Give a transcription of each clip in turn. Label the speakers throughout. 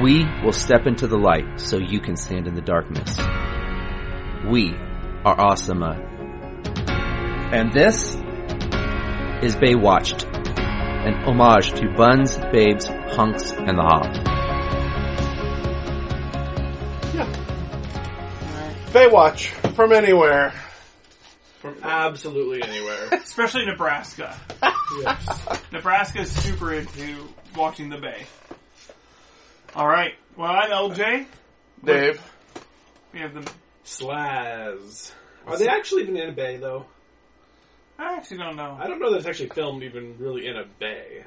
Speaker 1: We will step into the light so you can stand in the darkness. We are Asama. And this is Baywatched, an homage to Buns, Babes, Hunks, and the Hop.
Speaker 2: Baywatch from anywhere.
Speaker 3: From absolutely anywhere.
Speaker 4: Especially Nebraska. Nebraska is super into watching the bay. All right. Well, I'm LJ.
Speaker 2: Dave,
Speaker 4: We have the.
Speaker 3: Slaz. Are they actually even in a bay, though?
Speaker 4: I actually don't know.
Speaker 3: I don't know that it's actually filmed even really in a bay.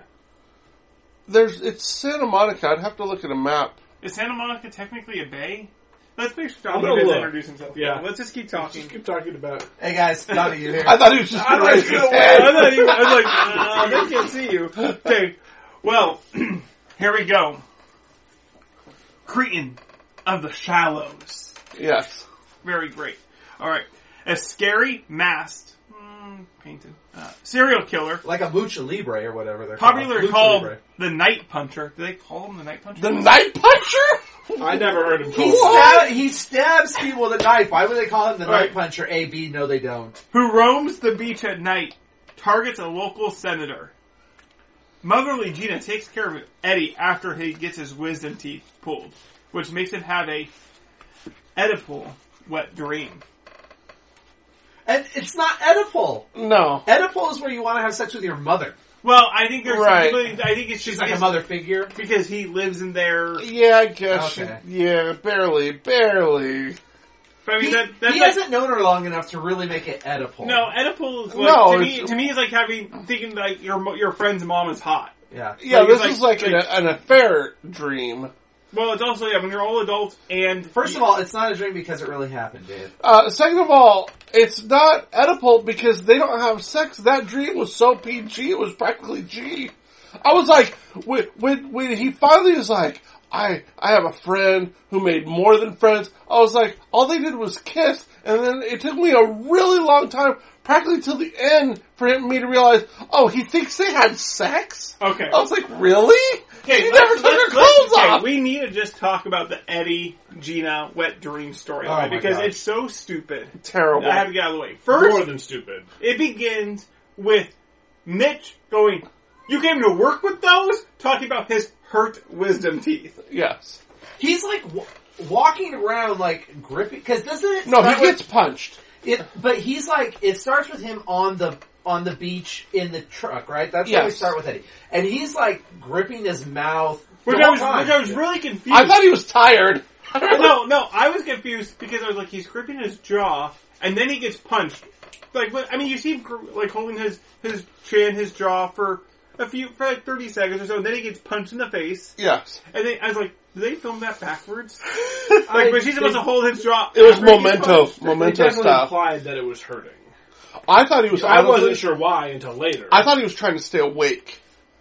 Speaker 2: there's it's Santa Monica. I'd have to look at a map.
Speaker 4: Is Santa Monica technically a bay? Let's make sure
Speaker 3: I'm
Speaker 4: Johnny
Speaker 3: gonna
Speaker 4: doesn't
Speaker 3: look.
Speaker 4: introduce himself.
Speaker 3: Yeah.
Speaker 4: Let's just keep
Speaker 3: Just
Speaker 4: talking.
Speaker 3: keep talking about.
Speaker 5: Hey guys, Donnie, you here?
Speaker 2: I thought he was just gonna raise his hand.
Speaker 4: I thought you- I was like, uh, they can't see you. Okay, well, here we go. Cretan of the Shallows.
Speaker 2: Yes.
Speaker 4: Very great. All right, a scary masked, mm, painted uh, serial killer,
Speaker 5: Like a lucha libre or whatever they're
Speaker 4: popularly called
Speaker 5: called. Lucha libre.
Speaker 4: the Night Puncher. Do they call him the Night Puncher?
Speaker 2: The Night Puncher?
Speaker 3: I never heard him
Speaker 5: He,
Speaker 3: called.
Speaker 5: stab, he stabs people with a knife. Why would they call him the
Speaker 4: Right.
Speaker 5: knife puncher? A B, no, they don't.
Speaker 4: who roams the beach at night, targets a local senator. Motherly Gina takes care of Eddie after he gets his wisdom teeth pulled, which makes him have a Oedipal wet dream.
Speaker 5: And it's not Oedipal.
Speaker 2: No.
Speaker 5: Oedipal is where you want to have sex with your mother.
Speaker 4: Well, I think there's
Speaker 2: Right.
Speaker 4: something- I think it's just
Speaker 5: She's like a mother figure.
Speaker 4: because he lives in there.
Speaker 2: Yeah, I guess.
Speaker 5: Okay.
Speaker 2: Yeah, barely, barely.
Speaker 4: But I mean,
Speaker 5: He,
Speaker 4: that, that's
Speaker 5: he
Speaker 4: like-
Speaker 5: hasn't known her long enough to really make it Oedipal.
Speaker 4: no Oedipal is like
Speaker 2: No,
Speaker 4: to me.
Speaker 2: it's-
Speaker 4: To me, it's like having thinking like your mo- your friend's mom is hot.
Speaker 5: Yeah.
Speaker 2: Yeah,
Speaker 4: Like,
Speaker 2: this
Speaker 4: like-
Speaker 2: is like,
Speaker 4: like-
Speaker 2: an, an affair dream.
Speaker 4: Well, it's also yeah when you're all adults and
Speaker 5: First of all, it's not a dream because it really happened, Dave.
Speaker 2: Uh, second of all, it's not Oedipal because they don't have sex. That dream was so PG, it was practically G. I was like, when, when, when he finally was like, I, I have a friend who made more than friends, I was like, all they did was kiss, and then it took me a really long time, practically till the end, for him, me to realize, oh, he thinks they had sex?
Speaker 4: okay,
Speaker 2: I was like, really?
Speaker 4: Okay,
Speaker 2: she
Speaker 4: let's-
Speaker 2: never took her
Speaker 4: let's-
Speaker 2: clothes
Speaker 4: okay,
Speaker 2: off!
Speaker 4: We need to just talk about the Eddie Gina wet dream story
Speaker 5: Oh my
Speaker 4: because
Speaker 5: God.
Speaker 4: it's so stupid.
Speaker 2: Terrible.
Speaker 4: I have to get out of the way.
Speaker 3: More
Speaker 4: First,
Speaker 3: than stupid.
Speaker 4: it begins with Mitch going, "You came to work with those," talking about his hurt wisdom teeth.
Speaker 2: yes.
Speaker 5: He's like w- walking around like gripping because doesn't it?
Speaker 2: No,
Speaker 5: start
Speaker 2: he
Speaker 5: with-
Speaker 2: gets punched.
Speaker 5: It, but he's like, it starts with him on the on the beach in the truck, right? That's where we
Speaker 2: Yes.
Speaker 5: start with Eddie, and he's like gripping his mouth.
Speaker 4: Which
Speaker 5: the
Speaker 4: I
Speaker 5: whole
Speaker 4: was,
Speaker 5: time.
Speaker 4: which I was really confused.
Speaker 2: I thought he was tired.
Speaker 4: no, no, I was confused because I was like, he's gripping his jaw, and then he gets punched. Like, what- I mean, you see him gr- like holding his his chin, his jaw for a few for like thirty seconds or so, and then he gets punched in the face.
Speaker 2: Yes.
Speaker 4: And then I was like, do they film that backwards? Like, but she's supposed to hold his jaw.
Speaker 2: It was
Speaker 4: after he gets
Speaker 2: memento,
Speaker 4: punched.
Speaker 3: It
Speaker 2: memento
Speaker 3: definitely
Speaker 2: stuff.
Speaker 3: implied that it was hurting.
Speaker 2: I thought he was.
Speaker 3: I
Speaker 2: honestly-
Speaker 3: wasn't sure why until later.
Speaker 2: I thought he was trying to stay awake.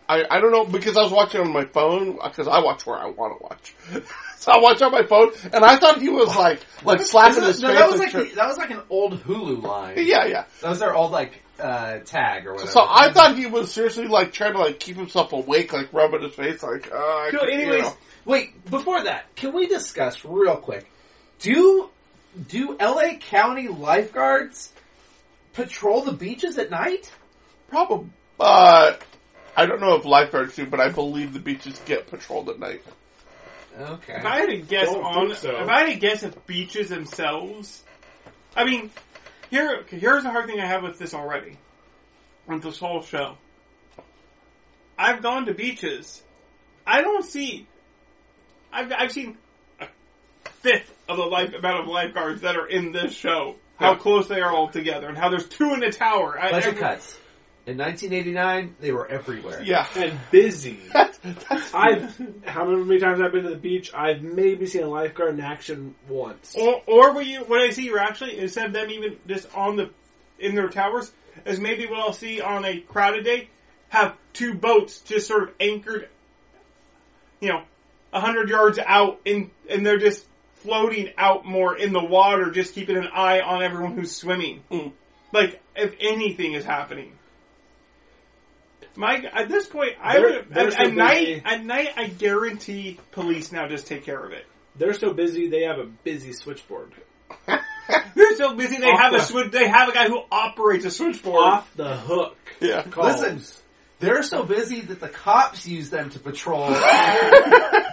Speaker 2: I, I don't know because I was watching on my phone because I watch where I want to watch. so I watch on my phone, and I thought he was like like slapping
Speaker 5: Isn't-
Speaker 2: his
Speaker 5: no,
Speaker 2: face.
Speaker 5: that was
Speaker 2: and
Speaker 5: like
Speaker 2: shit.
Speaker 5: the- that was like an old Hulu line.
Speaker 2: yeah, yeah.
Speaker 5: That was their old like uh, tag or whatever.
Speaker 2: So I thought he was seriously like trying to like keep himself awake, like rubbing his face, like. Uh, I
Speaker 4: So
Speaker 2: could, you
Speaker 4: anyways,
Speaker 2: know.
Speaker 5: Wait, before that, can we discuss real quick? Do do L.A. County lifeguards patrol the beaches at night?
Speaker 2: probably. Uh, I don't know if lifeguards do, but I believe the beaches get patrolled at night.
Speaker 5: Okay.
Speaker 4: If I had to guess
Speaker 3: Don't
Speaker 4: on,
Speaker 3: think so.
Speaker 4: if I had to guess if beaches themselves, I mean, here okay, here's the hard thing I have with this already, with this whole show. I've gone to beaches. I don't see. I've I've seen a fifth of the life amount of lifeguards that are in this show. How
Speaker 2: Yeah.
Speaker 4: close they are all together, and how there's two in a tower. I-
Speaker 5: Budget
Speaker 4: every-
Speaker 5: cuts. In 1989, they were everywhere.
Speaker 2: Yeah.
Speaker 3: and busy.
Speaker 2: That's, that's,
Speaker 3: I've however many times I've been to the beach, I've maybe seen a lifeguard in action once.
Speaker 4: Or, or what you what I see actually instead of them even just on the in their towers is maybe what I'll see on a crowded day have two boats just sort of anchored, you know, a hundred yards out in and they're just floating out more in the water, just keeping an eye on everyone who's swimming. Like if anything is happening. My at this point, I
Speaker 3: They're-
Speaker 4: would at,
Speaker 3: they're so
Speaker 4: at night.
Speaker 3: busy.
Speaker 4: At night, I guarantee police now just take care of it.
Speaker 3: They're so busy, they have a busy switchboard.
Speaker 4: They're so busy. They
Speaker 3: Off
Speaker 4: have a
Speaker 3: the-
Speaker 4: switch. They have a guy who operates a switchboard.
Speaker 3: Off the hook.
Speaker 2: Yeah.
Speaker 3: Calls.
Speaker 5: Listen, they're so busy that the cops use them to patrol,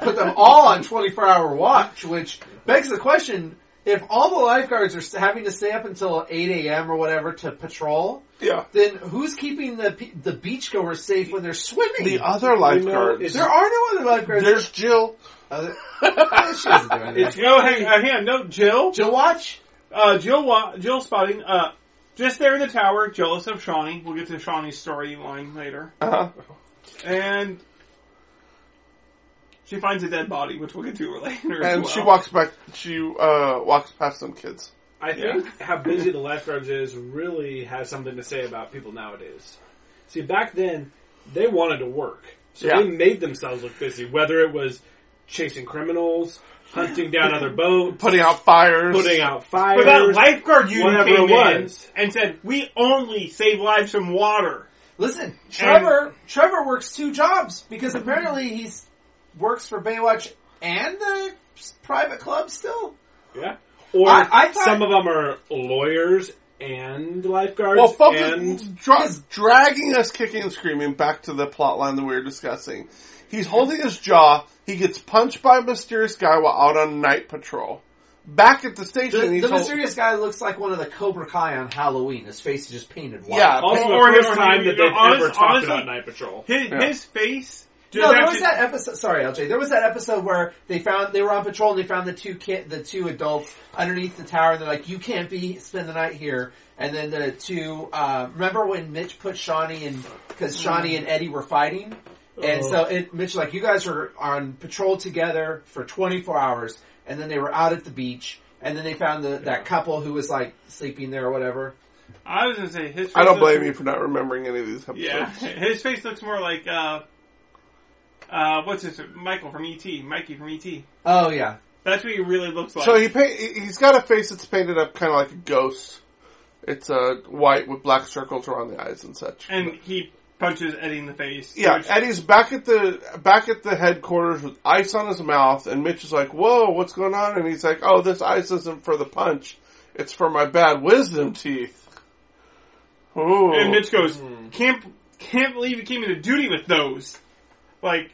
Speaker 5: put them all on 24 hour watch, which begs the question, if all the lifeguards are having to stay up until 8 a.m. or whatever to patrol,
Speaker 2: Yeah.
Speaker 5: then who's keeping the pe- the beachgoers safe when they're swimming?
Speaker 2: The other
Speaker 3: it's-
Speaker 2: lifeguards.
Speaker 5: there are no other lifeguards.
Speaker 2: There's Jill.
Speaker 5: Other- Eh, she doesn't do anything.
Speaker 3: It's-
Speaker 4: You know, hang, uh, hang on. No, Jill.
Speaker 5: Jill Watch?
Speaker 4: Uh, Jill. Wa- Jill spotting. Uh, just there in the tower, jealous of Shawnee. We'll get to Shawnee's storyline later.
Speaker 2: Uh-huh.
Speaker 4: And she finds a dead body, which we'll get to later. as
Speaker 2: And
Speaker 4: well.
Speaker 2: she walks back. She uh, walks past some kids.
Speaker 3: I think how busy the lifeguards is really has something to say about people nowadays. See, back then, they wanted to work. So
Speaker 2: Yeah.
Speaker 3: they made themselves look busy, whether it was chasing criminals, hunting down other boats,
Speaker 2: Putting out fires.
Speaker 3: putting out fires.
Speaker 4: But that lifeguard unit
Speaker 3: whatever
Speaker 4: came
Speaker 3: it
Speaker 4: in
Speaker 3: was.
Speaker 4: and said, "We only save lives from water."
Speaker 5: Listen, Trevor Trevor works two jobs because apparently he's works for Baywatch and the private club still.
Speaker 3: yeah. Or
Speaker 5: I- I thought-
Speaker 3: some of them are lawyers and lifeguards.
Speaker 2: Well, focus,
Speaker 3: and
Speaker 2: dra- dragging us kicking and screaming back to the plot line that we were discussing. He's holding his jaw. He gets punched by a mysterious guy while out on night patrol. Back at the
Speaker 5: The,
Speaker 2: station,
Speaker 5: the
Speaker 2: he's hol-
Speaker 5: mysterious guy looks like one of the Cobra Kai on Halloween. His face is just painted white.
Speaker 2: Yeah.
Speaker 3: also the
Speaker 4: Or-
Speaker 3: first
Speaker 4: or-
Speaker 3: time that
Speaker 4: you
Speaker 3: they've
Speaker 4: know, honest-
Speaker 3: ever talked
Speaker 4: honestly-
Speaker 3: about Night Patrol.
Speaker 4: His,
Speaker 2: Yeah.
Speaker 4: his face. just
Speaker 5: No, there was
Speaker 4: actually-
Speaker 5: that episode. Sorry, LJ. There was that episode where they found they were on patrol and they found the two kid, the two adults underneath the tower, and they're like, "You can't be spend the night here." And then the two uh, remember when Mitch put Shawnee and because Shawnee and Eddie were fighting, and so it Mitch like, "You guys are on patrol together for 24 hours," and then they were out at the beach, and then they found the, that couple who was like sleeping there or whatever.
Speaker 4: I was gonna say his. Face
Speaker 2: I don't
Speaker 4: looks-
Speaker 2: blame you for not remembering any of these episodes.
Speaker 4: Yeah, his face looks more like uh, uh, what's his Michael from ET, Mikey from ET.
Speaker 5: Oh yeah,
Speaker 4: That's what he really looks like.
Speaker 2: So he paint, he- he's got a face that's painted up kind of like a ghost. It's uh, white with black circles around the eyes and such.
Speaker 4: and he punches Eddie in the face.
Speaker 2: yeah,
Speaker 4: which-
Speaker 2: Eddie's back at the back at the headquarters with ice on his mouth, and Mitch is like, "Whoa, what's going on?" And he's like, "Oh, this ice isn't for the punch; it's for my bad wisdom teeth." Ooh,
Speaker 4: and Mitch goes,
Speaker 3: Hmm.
Speaker 4: "Can't can't believe you came into duty with those." Like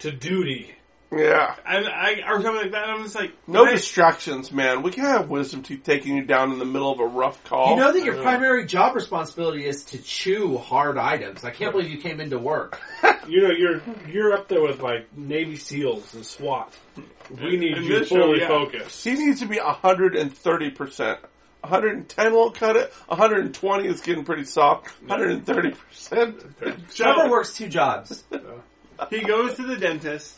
Speaker 3: To duty.
Speaker 2: yeah,
Speaker 4: I, I or something like that. I'm just like
Speaker 2: no
Speaker 4: I-
Speaker 2: distractions, man. We can't have wisdom teeth taking you down in the middle of a rough call.
Speaker 5: You know that your primary job responsibility is to chew hard items. I can't believe you came into work.
Speaker 3: You know, you're you're up there with like Navy SEALs and SWAT. We need
Speaker 4: And
Speaker 3: you
Speaker 4: this
Speaker 3: fully
Speaker 4: show, yeah.
Speaker 3: focused.
Speaker 2: He needs to be 130%. 110 won't cut it. 120 is getting pretty soft. 130%.
Speaker 5: Trevor works two jobs.
Speaker 4: He goes to the dentist.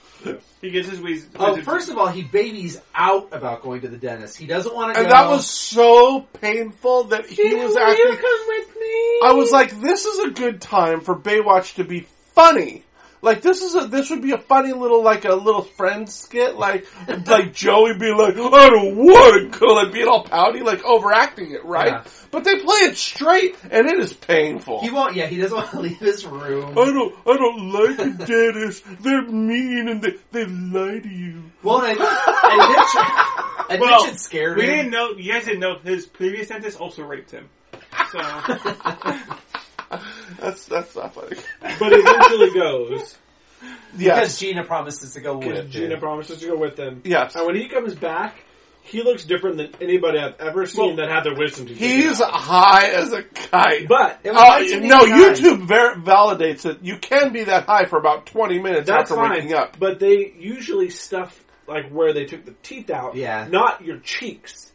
Speaker 4: He gets his wheeze.
Speaker 5: Oh, first of all, he babies out about going to the dentist. He doesn't want to.
Speaker 2: And
Speaker 5: go.
Speaker 2: that was so painful that he was acting.
Speaker 3: come with me?
Speaker 2: I was like, this is a good time for Baywatch to be funny. Like this is a this would be a funny little like a little friend skit like like Joey being like I don't want to go like being all pouty like overacting it right
Speaker 5: Yeah.
Speaker 2: but they play it straight and it is painful.
Speaker 5: He won't. Yeah, he doesn't want to leave his room.
Speaker 2: I don't, I don't like the dentists. They're mean and they, they lie to you.
Speaker 5: Well, and, and Mitch, and
Speaker 4: Well,
Speaker 5: Mitch had scared
Speaker 4: we
Speaker 5: him.
Speaker 4: didn't know. You guys didn't know his previous dentist also raped him. So
Speaker 2: That's, that's not funny.
Speaker 3: But he eventually goes
Speaker 2: Yes.
Speaker 5: because Gina promises to go with
Speaker 3: because
Speaker 5: him.
Speaker 3: Gina promises to go with him.
Speaker 2: Yes.
Speaker 3: And when he comes back, he looks different than anybody I've ever seen that had their wisdom teeth.
Speaker 2: He's high as a kite.
Speaker 3: but
Speaker 5: It was
Speaker 2: Oh,
Speaker 5: 1989.
Speaker 2: no, YouTube ver- validates it. You can be that high for about 20 minutes
Speaker 3: that's
Speaker 2: after
Speaker 3: fine.
Speaker 2: waking up.
Speaker 3: But they usually stuff like where they took the teeth out.
Speaker 5: Yeah.
Speaker 3: Not your cheeks.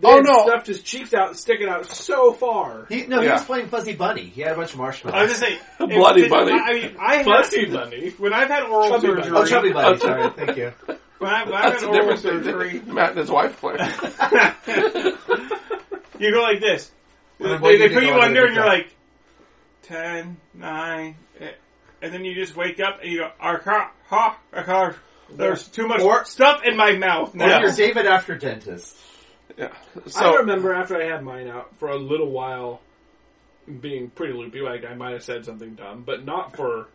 Speaker 3: They
Speaker 2: Oh,
Speaker 3: had
Speaker 2: no.
Speaker 3: Stuffed his cheeks out, sticking out so far.
Speaker 5: He, no, he
Speaker 2: Yeah.
Speaker 5: was playing Fuzzy Bunny. He had a bunch of
Speaker 4: I was
Speaker 5: marshmallows.
Speaker 4: just saying,
Speaker 2: Bloody
Speaker 4: if-
Speaker 2: bunny.
Speaker 4: I mean, I
Speaker 3: Fuzzy
Speaker 4: have,
Speaker 3: bunny.
Speaker 4: when I've had oral
Speaker 3: Chubby bunny.
Speaker 4: surgery,
Speaker 5: Oh, Chubby
Speaker 2: Oh,
Speaker 5: Bunny.
Speaker 2: Chubby-
Speaker 5: Sorry, thank you.
Speaker 4: when I've, when I've
Speaker 2: That's
Speaker 4: had
Speaker 2: a
Speaker 4: oral
Speaker 2: different thing
Speaker 4: surgery,
Speaker 2: that Matt and his wife play.
Speaker 4: you go like this.
Speaker 5: And
Speaker 4: They,
Speaker 5: I'm waiting
Speaker 4: they
Speaker 5: to
Speaker 4: put
Speaker 5: go
Speaker 4: you
Speaker 5: under
Speaker 4: under,
Speaker 5: the
Speaker 4: and you're
Speaker 5: gun.
Speaker 4: like ten, nine, eh, and then you just wake up and you go, "Arr, ha, ha, ha, there's too much
Speaker 5: Or-
Speaker 4: stuff in my mouth
Speaker 5: Or
Speaker 4: now."
Speaker 5: you're David after dentist.
Speaker 2: yeah.
Speaker 3: I
Speaker 2: So,
Speaker 3: remember after I had mine out for a little while, being pretty loopy, like I might have said something dumb, but not for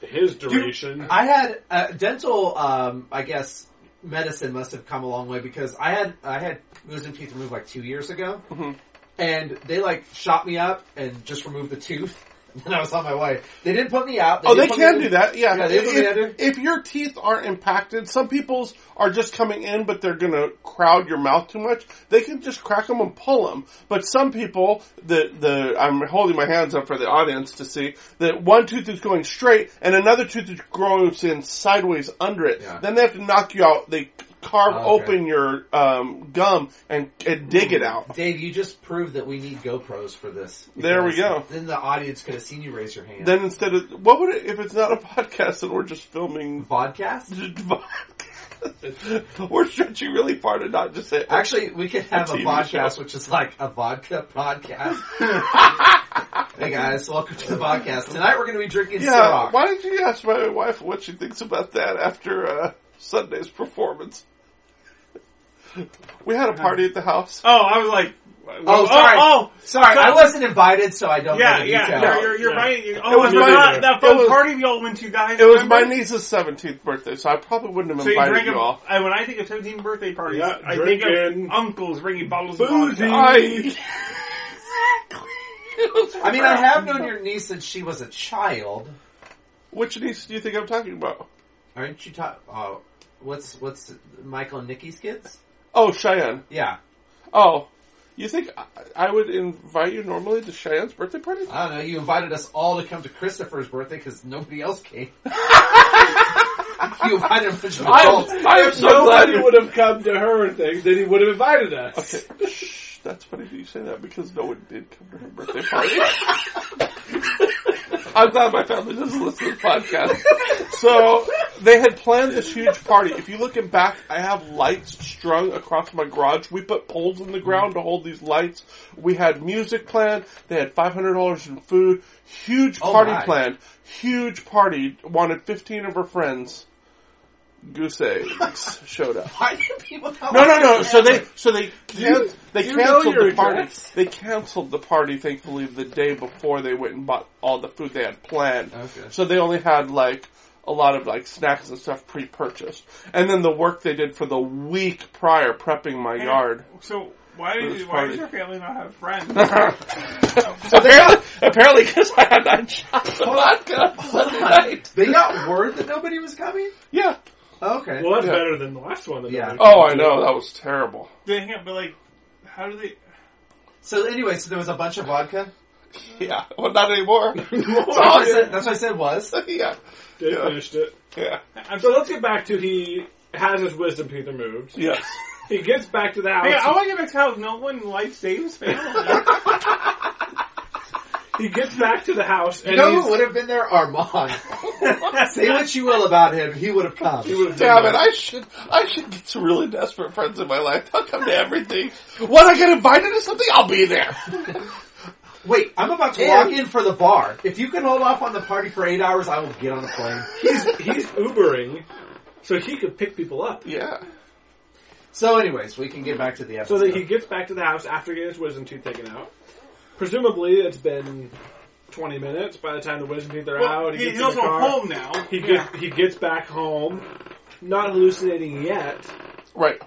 Speaker 3: his duration.
Speaker 5: I had uh, dental. Um, I guess medicine must have come a long way because I had I had wisdom teeth removed like two years ago,
Speaker 2: Mm-hmm.
Speaker 5: and they like shot me up and just removed the tooth. And then I was on my way. They didn't put me out.
Speaker 2: Oh, they
Speaker 5: didn't put me
Speaker 2: can
Speaker 5: in-
Speaker 2: do that. Yeah,
Speaker 5: Yeah, they put me under.
Speaker 2: if, if your teeth aren't impacted, some people's are just coming in, but they're going to crowd your mouth too much. They can just crack them and pull them. But some people, the the I'm holding my hands up for the audience to see that one tooth is going straight and another tooth is grows in sideways under it.
Speaker 5: Yeah.
Speaker 2: Then they have to knock you out. They carve
Speaker 5: Oh, okay. Mm.
Speaker 2: open your um, gum and, and dig it out.
Speaker 5: Dave, you just proved that we need GoPros for this.
Speaker 2: There we
Speaker 5: Because
Speaker 2: go.
Speaker 5: Then the audience could have seen you raise your hand.
Speaker 2: Then instead of what would it if it's not a podcast and we're just filming
Speaker 5: podcast.
Speaker 2: We're stretching really far to not just say.
Speaker 5: Actually, we could have
Speaker 2: A
Speaker 5: a,
Speaker 2: TV
Speaker 5: podcast,
Speaker 2: show.
Speaker 5: which is like a vodka podcast. hey guys, welcome to the podcast. Tonight we're going to be drinking
Speaker 2: yeah,
Speaker 5: Ciroc.
Speaker 2: why don't you ask my wife what she thinks about that after uh, Sunday's performance? We had a party at the house.
Speaker 4: Oh, I was like,
Speaker 5: Oh, sorry.
Speaker 4: Oh,
Speaker 5: Sorry,
Speaker 4: so-
Speaker 5: I wasn't invited, so I don't
Speaker 4: yeah,
Speaker 5: know the
Speaker 4: yeah,
Speaker 5: details.
Speaker 4: yeah. You're, you're
Speaker 3: Yeah.
Speaker 4: right. You-
Speaker 2: It
Speaker 4: oh,
Speaker 2: was
Speaker 4: I
Speaker 2: my-
Speaker 4: forgot that fun
Speaker 2: it was-
Speaker 4: party y'all went to, guys.
Speaker 2: It was my
Speaker 4: remember?
Speaker 2: niece's 17th birthday, so I probably wouldn't have
Speaker 4: So you
Speaker 2: invited
Speaker 4: drank
Speaker 2: you
Speaker 4: a-
Speaker 2: all.
Speaker 4: I- when I think of 17 birthday parties,
Speaker 3: Yeah,
Speaker 4: I think
Speaker 3: drinking.
Speaker 4: of uncles bringing bottles
Speaker 3: Boozy.
Speaker 4: of vodka.
Speaker 2: I,
Speaker 5: I mean, I have known your niece since she was a child.
Speaker 2: which niece do you think I'm talking about?
Speaker 5: Aren't you talking? Oh, what's what's Michael and Nikki's kids?
Speaker 2: Oh, Cheyenne.
Speaker 5: Yeah,
Speaker 2: Oh, you think I, I would invite you normally to Cheyenne's birthday party?
Speaker 5: I don't know. You invited us all to come to Christopher's birthday because nobody else came. you invited a bunch of adults.
Speaker 2: Oh, I am so glad
Speaker 3: Nobody
Speaker 2: you
Speaker 3: would have come to her thing, then he would have invited us.
Speaker 2: Okay, shh, that's funny that you say that because no one did come to her birthday party. I'm glad my family doesn't listen to the podcast. So they had planned this huge party. If you look in back, I have lights strung across my garage. We put poles in the ground to hold these lights. We had music planned. They had five hundred dollars in food. Huge
Speaker 5: Oh
Speaker 2: party
Speaker 5: my.
Speaker 2: planned. Huge party. Wanted fifteen of her friends. Goose eggs showed up.
Speaker 5: Why do people come?
Speaker 2: No, no, no. So they, so they, can, they
Speaker 3: you
Speaker 2: canceled
Speaker 3: know your
Speaker 2: the party.
Speaker 3: address?
Speaker 2: They canceled the party. Thankfully, the day before they went and bought all the food they had planned.
Speaker 5: Okay.
Speaker 2: So they only had like a lot of like snacks and stuff pre-purchased, and then the work they did for the week prior prepping my yard.
Speaker 4: So why
Speaker 2: This
Speaker 4: did you, why
Speaker 2: party.
Speaker 4: does your family not have friends?
Speaker 2: apparently, apparently, because I had that shot of vodka on Sunday night.
Speaker 5: They got word that nobody was coming.
Speaker 2: Yeah.
Speaker 5: Okay.
Speaker 3: Well, that's
Speaker 2: Yeah.
Speaker 3: better than the last one. That
Speaker 5: Yeah.
Speaker 3: nobody
Speaker 2: Oh, I
Speaker 3: came to.
Speaker 2: know that was terrible.
Speaker 4: they hang up, but like, how do they?
Speaker 5: So anyway, so there was a bunch of vodka.
Speaker 2: Yeah. Well, not anymore.
Speaker 5: That's what I
Speaker 2: Oh,
Speaker 5: said,
Speaker 2: yeah.
Speaker 5: that's what I said was.
Speaker 2: yeah.
Speaker 3: They
Speaker 2: Yeah.
Speaker 3: finished it.
Speaker 2: Yeah.
Speaker 4: I'm
Speaker 3: So let's get back to he has his wisdom teeth removed.
Speaker 2: Yes.
Speaker 3: He gets back to the house.
Speaker 4: Hey, I want to get back to how no one life saves family.
Speaker 3: he gets back to the house and
Speaker 5: You know
Speaker 3: he's,
Speaker 5: who would have been there? Armand. Say what you will about him, he would have come.
Speaker 3: he would have
Speaker 2: Damn
Speaker 3: done
Speaker 2: it! I should I should get some really desperate friends in my life. They'll come to everything. When I get invited to something, I'll be there.
Speaker 5: Wait, I'm about to
Speaker 3: And-
Speaker 5: walk in for the bar. If you can hold off on the party for eight hours, I will get on the plane.
Speaker 3: He's he's Ubering, so he could pick people up.
Speaker 2: Yeah.
Speaker 5: So, anyways, we can get back to the
Speaker 3: So
Speaker 5: episode.
Speaker 3: that he gets back to the house after getting his wisdom tooth taken out. Presumably, it's been twenty minutes by the time the wisdom teeth are
Speaker 4: Well,
Speaker 3: out. He
Speaker 4: he-
Speaker 3: gets in
Speaker 4: he's
Speaker 3: the
Speaker 4: also
Speaker 3: car.
Speaker 4: home now.
Speaker 3: He
Speaker 4: Yeah.
Speaker 3: gets he gets back home, not hallucinating yet,
Speaker 2: Right.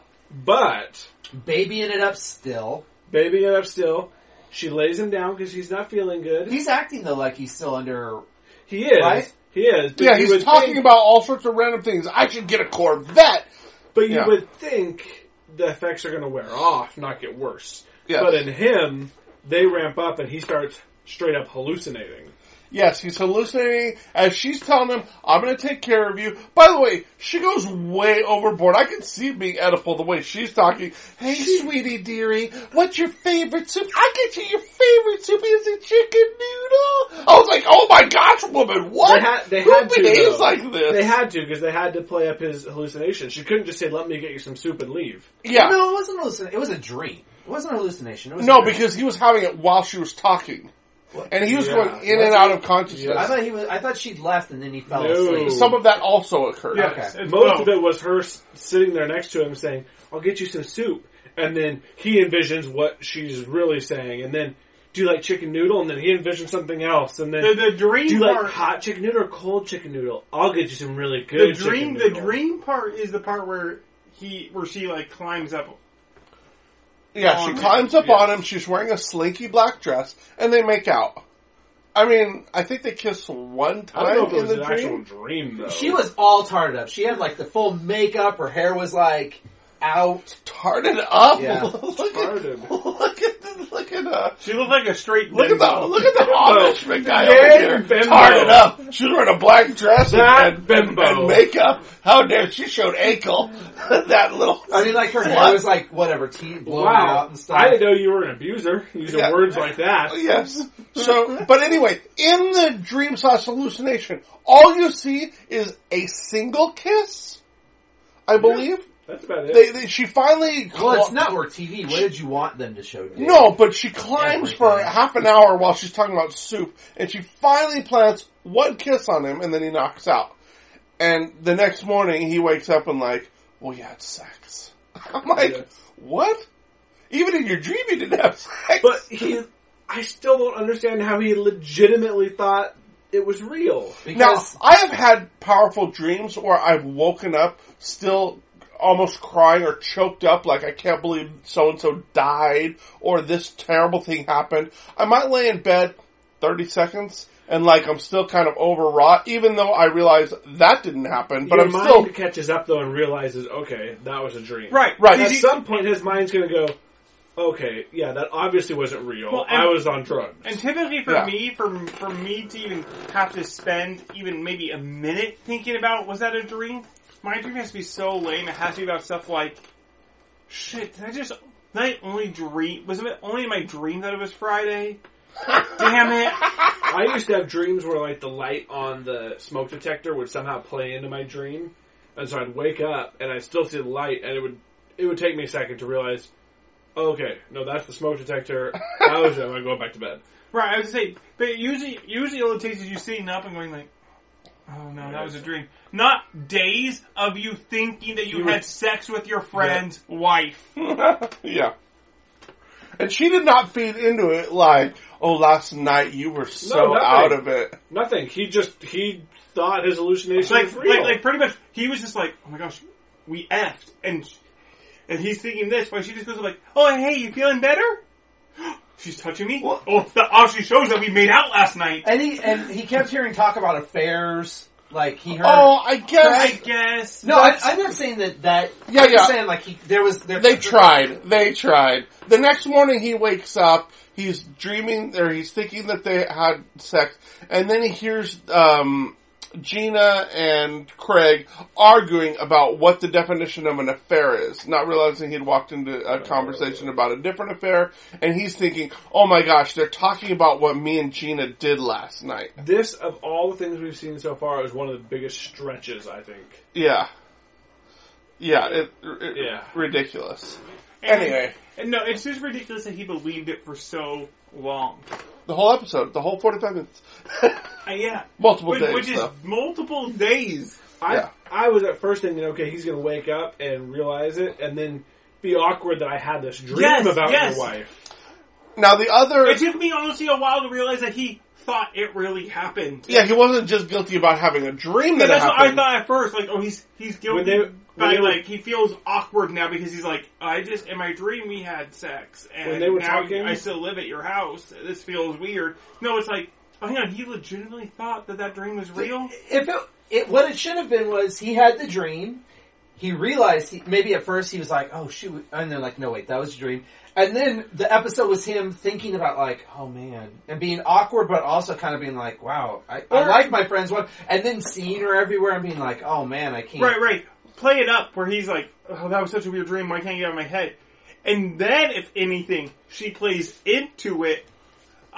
Speaker 3: but
Speaker 5: babying it up still.
Speaker 3: babying it up still. She lays him down because she's not feeling good.
Speaker 5: He's acting though like he's still under.
Speaker 3: He is.
Speaker 5: Right?
Speaker 3: He is. but
Speaker 2: Yeah,
Speaker 3: you
Speaker 2: he's
Speaker 3: would
Speaker 2: talking
Speaker 3: think-
Speaker 2: about all sorts of random things. I should get a Corvette.
Speaker 3: But you
Speaker 2: Yeah.
Speaker 3: would think the effects are going to wear off, not get worse.
Speaker 2: Yes.
Speaker 3: But in him, they ramp up and he starts straight up hallucinating.
Speaker 2: Yes, he's hallucinating as she's telling him, I'm gonna take care of you. By the way, she goes way overboard. I can see it being edible the way she's talking. Hey, sweetie dearie, what's your favorite soup? I get you your favorite soup. Is it chicken noodle? I was like, oh my gosh, woman, what?
Speaker 3: They had- they
Speaker 2: Who
Speaker 3: had to,
Speaker 2: behaves
Speaker 3: though.
Speaker 2: like this?
Speaker 3: They had to because they had to play up his hallucination. She couldn't just say, "Let me get you some soup and leave."
Speaker 2: yeah.
Speaker 5: No, it wasn't hallucination. It was a dream. It wasn't a hallucination. It was a
Speaker 2: No,
Speaker 5: dream.
Speaker 2: because he was having it while she was talking. And he was
Speaker 3: Yeah.
Speaker 2: going in
Speaker 5: Was
Speaker 2: and
Speaker 5: he?
Speaker 2: out of consciousness.
Speaker 5: I thought he was. I thought she'd left and then he fell
Speaker 3: No.
Speaker 5: asleep.
Speaker 2: Some of that also occurred.
Speaker 5: Yeah.
Speaker 4: Yes, it's
Speaker 3: Most
Speaker 4: low.
Speaker 3: of it was her s- sitting there next to him saying, "I'll get you some soup," and then he envisions what she's really saying, and then do like chicken noodle, and then he envisioned something else, and then
Speaker 4: The, the dream
Speaker 3: do like
Speaker 4: part.
Speaker 3: hot chicken noodle or cold chicken noodle. I'll get you some really
Speaker 4: the
Speaker 3: good. chicken
Speaker 4: dream. The
Speaker 3: noodle.
Speaker 4: dream part is the part where he where she like climbs up.
Speaker 2: Yeah,
Speaker 4: On
Speaker 3: Um,
Speaker 2: she
Speaker 4: him,
Speaker 2: climbs up
Speaker 4: yeah.
Speaker 2: on him. She's wearing a slinky black dress, and they make out. I mean, I think they kiss one
Speaker 3: I don't
Speaker 2: time
Speaker 3: know if it
Speaker 2: in
Speaker 3: was
Speaker 2: the
Speaker 3: an actual
Speaker 2: dream.
Speaker 3: dream though.
Speaker 5: She was all tarted up. She had like the full makeup. Her hair was like out.
Speaker 2: Tarted up.
Speaker 5: Yeah.
Speaker 2: look,
Speaker 3: Tarted.
Speaker 2: At, look at the, look at uh,
Speaker 4: She looked like a straight.
Speaker 2: look at the
Speaker 4: bimbo.
Speaker 2: look at the Amish guy
Speaker 3: Very
Speaker 2: over here.
Speaker 3: bimbo.
Speaker 2: Tarted up. She's wearing a black dress and-
Speaker 3: That
Speaker 2: and,
Speaker 3: bimbo.
Speaker 2: and makeup. How dare she showed ankle? that little.
Speaker 5: I mean, like her hair
Speaker 2: What?
Speaker 5: was like whatever, tea blown
Speaker 3: Wow,
Speaker 5: out and stuff.
Speaker 3: I didn't know you were an abuser using
Speaker 2: Yeah.
Speaker 3: words like that.
Speaker 2: Yes. So, but anyway, in the dream slash hallucination, all you see is a single kiss. I believe
Speaker 3: That's about it.
Speaker 2: they, they she finally.
Speaker 5: well, it's
Speaker 2: cla-
Speaker 5: network TV. What did you want them to show? you?
Speaker 2: No, but she climbs for
Speaker 5: Everything.
Speaker 2: half an hour while she's talking about soup, and she finally plants one kiss on him, and then he knocks out. And the next morning, he wakes up and like, we had sex. I'm like,
Speaker 3: Yes.
Speaker 2: what? Even in your dream, you didn't have sex.
Speaker 3: But he, I still don't understand how he legitimately thought it was real.
Speaker 2: Now,
Speaker 5: because
Speaker 2: I have had powerful dreams where I've woken up still almost crying or choked up like I can't believe so and so died or this terrible thing happened. I might lay in bed 30 seconds and like I'm still kind of overwrought even though I realize that didn't happen, but
Speaker 3: Your
Speaker 2: I'm
Speaker 3: mind
Speaker 2: still
Speaker 3: catches up though and realizes, okay, that was a dream.
Speaker 4: right,
Speaker 2: Right.
Speaker 3: At
Speaker 4: Did he-
Speaker 3: some point, his mind's going to go, okay, yeah, that obviously wasn't real.
Speaker 4: Well, and-
Speaker 3: I was on drugs.
Speaker 4: And typically for
Speaker 2: Yeah.
Speaker 4: me, for for me to even have to spend even maybe a minute thinking about was that a dream? My dream has to be so lame. It has to be about stuff like, shit. Did I just did I only dream? Was it only in my dream that it was Friday? Damn it!
Speaker 3: I used to have dreams where like the light on the smoke detector would somehow play into my dream, and so I'd wake up and I'd still see the light, and it would it would take me a second to realize, oh, okay, no, that's the smoke detector. That was it. I'm going back to bed.
Speaker 4: Right, I would say, but usually, usually all it takes is you sitting up and going like, "Oh no, that was a dream." Not days of you thinking that you,
Speaker 3: You were-
Speaker 4: had sex with your friend's wife.
Speaker 2: yeah. And she did not feed into it like, "Oh, last night you were so
Speaker 3: nothing.
Speaker 2: out of it."
Speaker 3: Nothing. He just he thought his hallucination
Speaker 4: Like,
Speaker 3: was real.
Speaker 4: like, like, pretty much, he was just like, "Oh my gosh, we effed," and sh- and he's thinking this, but she just goes like, "Oh hey, you feeling better?" She's touching me.
Speaker 2: What?
Speaker 4: Oh, the, oh, she shows that we made out last night.
Speaker 5: and he and he kept hearing talk about affairs. Like he heard.
Speaker 2: Oh, I guess
Speaker 4: I guess.
Speaker 5: no, I, I'm not saying that. That
Speaker 2: Yeah,
Speaker 5: I'm just
Speaker 2: yeah.
Speaker 5: Saying like he, there was there,
Speaker 2: They tried. They tried. The next morning he wakes up. He's dreaming, or he's thinking that they had sex, and then he hears um, Gina and Craig arguing about what the definition of an affair is. Not realizing he'd walked into a conversation about a different affair, and he's thinking, "Oh my gosh, they're talking about what me and Gina did last night."
Speaker 3: this of all the things we've seen so far is one of the biggest stretches. I think.
Speaker 2: Yeah, yeah, it, it,
Speaker 3: Yeah.
Speaker 2: ridiculous.
Speaker 4: And-
Speaker 2: Anyway.
Speaker 4: and no, it's just ridiculous that he believed it for so long.
Speaker 2: The whole episode, the whole forty-five minutes.
Speaker 4: Uh, yeah.
Speaker 2: Multiple
Speaker 4: which,
Speaker 2: days,
Speaker 4: Which is
Speaker 2: though.
Speaker 4: multiple days.
Speaker 3: I
Speaker 2: Yeah.
Speaker 3: I was at first thinking, okay, he's going to wake up and realize it, and then be awkward that I had this dream
Speaker 4: Yes,
Speaker 3: about
Speaker 4: yes.
Speaker 3: your wife.
Speaker 2: Now the other,
Speaker 4: It took me honestly a while to realize that he thought it really happened.
Speaker 2: yeah, he wasn't just guilty about having a dream
Speaker 4: But
Speaker 2: that it
Speaker 4: that's what I
Speaker 2: happened.
Speaker 4: thought at first. Like, oh, he's he's guilty.
Speaker 3: When they- when
Speaker 4: by,
Speaker 3: they were-
Speaker 4: like, he feels awkward now because he's like, I just in my dream we had sex, and
Speaker 3: When they were
Speaker 4: now
Speaker 3: talking-
Speaker 4: I still live at your house. This feels weird. No, it's like, oh, hang on, he legitimately thought that that dream was real.
Speaker 5: if it, it what it should have been was he had the dream. He realized he, maybe at first he was like, "Oh shoot," and then like, "No wait, that was a dream." And then the episode was him thinking about like, "Oh man," and being awkward, but also kind of being like, "Wow, I, I
Speaker 4: Or-
Speaker 5: like my friend's wife," and then seeing her everywhere and being like, "Oh man, I can't."
Speaker 4: Right, right. Play it up where he's like, oh, that was such a weird dream. Why can't I get out of my head? And then, if anything, she plays into it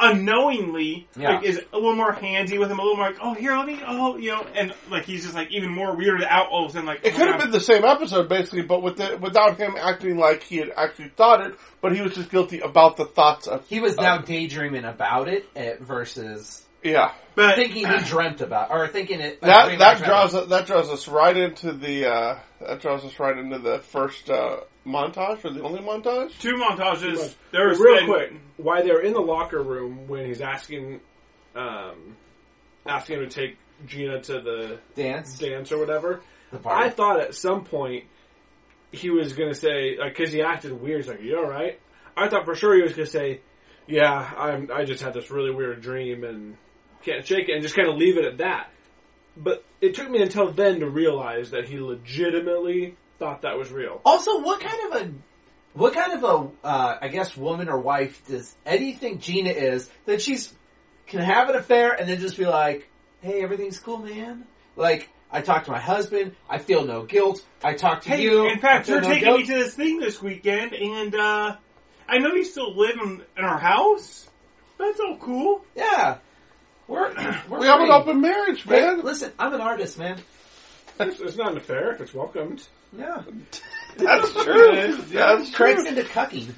Speaker 4: unknowingly.
Speaker 5: Yeah.
Speaker 4: Like, is a little more handsy with him, a little more like, oh, here, let me, oh, you know, and like he's just like even more weirded out all of a sudden. Like,
Speaker 2: It
Speaker 4: oh,
Speaker 2: could
Speaker 4: God.
Speaker 2: have been the same episode, basically, but with the, without him acting like he had actually thought it, but he was just guilty about the thoughts of
Speaker 5: He was now daydreaming about it eh, versus
Speaker 2: yeah.
Speaker 4: But
Speaker 5: thinking he dreamt about or thinking it. a dream
Speaker 2: That
Speaker 5: he
Speaker 2: that
Speaker 5: dreamt
Speaker 2: draws that draws us right into the uh, that draws us right into the first uh, montage or the only montage?
Speaker 4: Two montages.
Speaker 3: montages.
Speaker 4: There's
Speaker 3: real
Speaker 4: been-
Speaker 3: quick, why they're in the locker room when he's asking, um, asking him to take Gina to the
Speaker 5: Dance.
Speaker 3: dance or whatever.
Speaker 5: The party.
Speaker 3: I thought at some point he was gonna say, like, cause he acted weird. He's like, "You all right?" I thought for sure he was gonna say, "Yeah, I'm. I just had this really weird dream and can't shake it," and just kind of leave it at that. But it took me until then to realize that he legitimately thought that was real.
Speaker 5: Also, what kind of a what kind of a uh, I guess woman or wife does Eddie think Gina is that she's can have an affair and then just be like, "Hey, everything's cool, man." Like I talked to my husband, I feel no guilt. I talked to
Speaker 4: Hey,
Speaker 5: you.
Speaker 4: in fact,
Speaker 5: I feel
Speaker 4: you're
Speaker 5: no
Speaker 4: taking
Speaker 5: guilt.
Speaker 4: me to this thing this weekend, and uh, I know you still live in, in our house. That's all cool.
Speaker 5: yeah. We're, we're
Speaker 2: We have an
Speaker 5: free.
Speaker 2: open marriage,
Speaker 5: Hey,
Speaker 2: man.
Speaker 5: listen, I'm an artist, man.
Speaker 3: It's, it's not an affair if it's welcomed.
Speaker 5: Yeah,
Speaker 2: That's true. That's
Speaker 5: Craig's
Speaker 2: true.
Speaker 5: into cucking.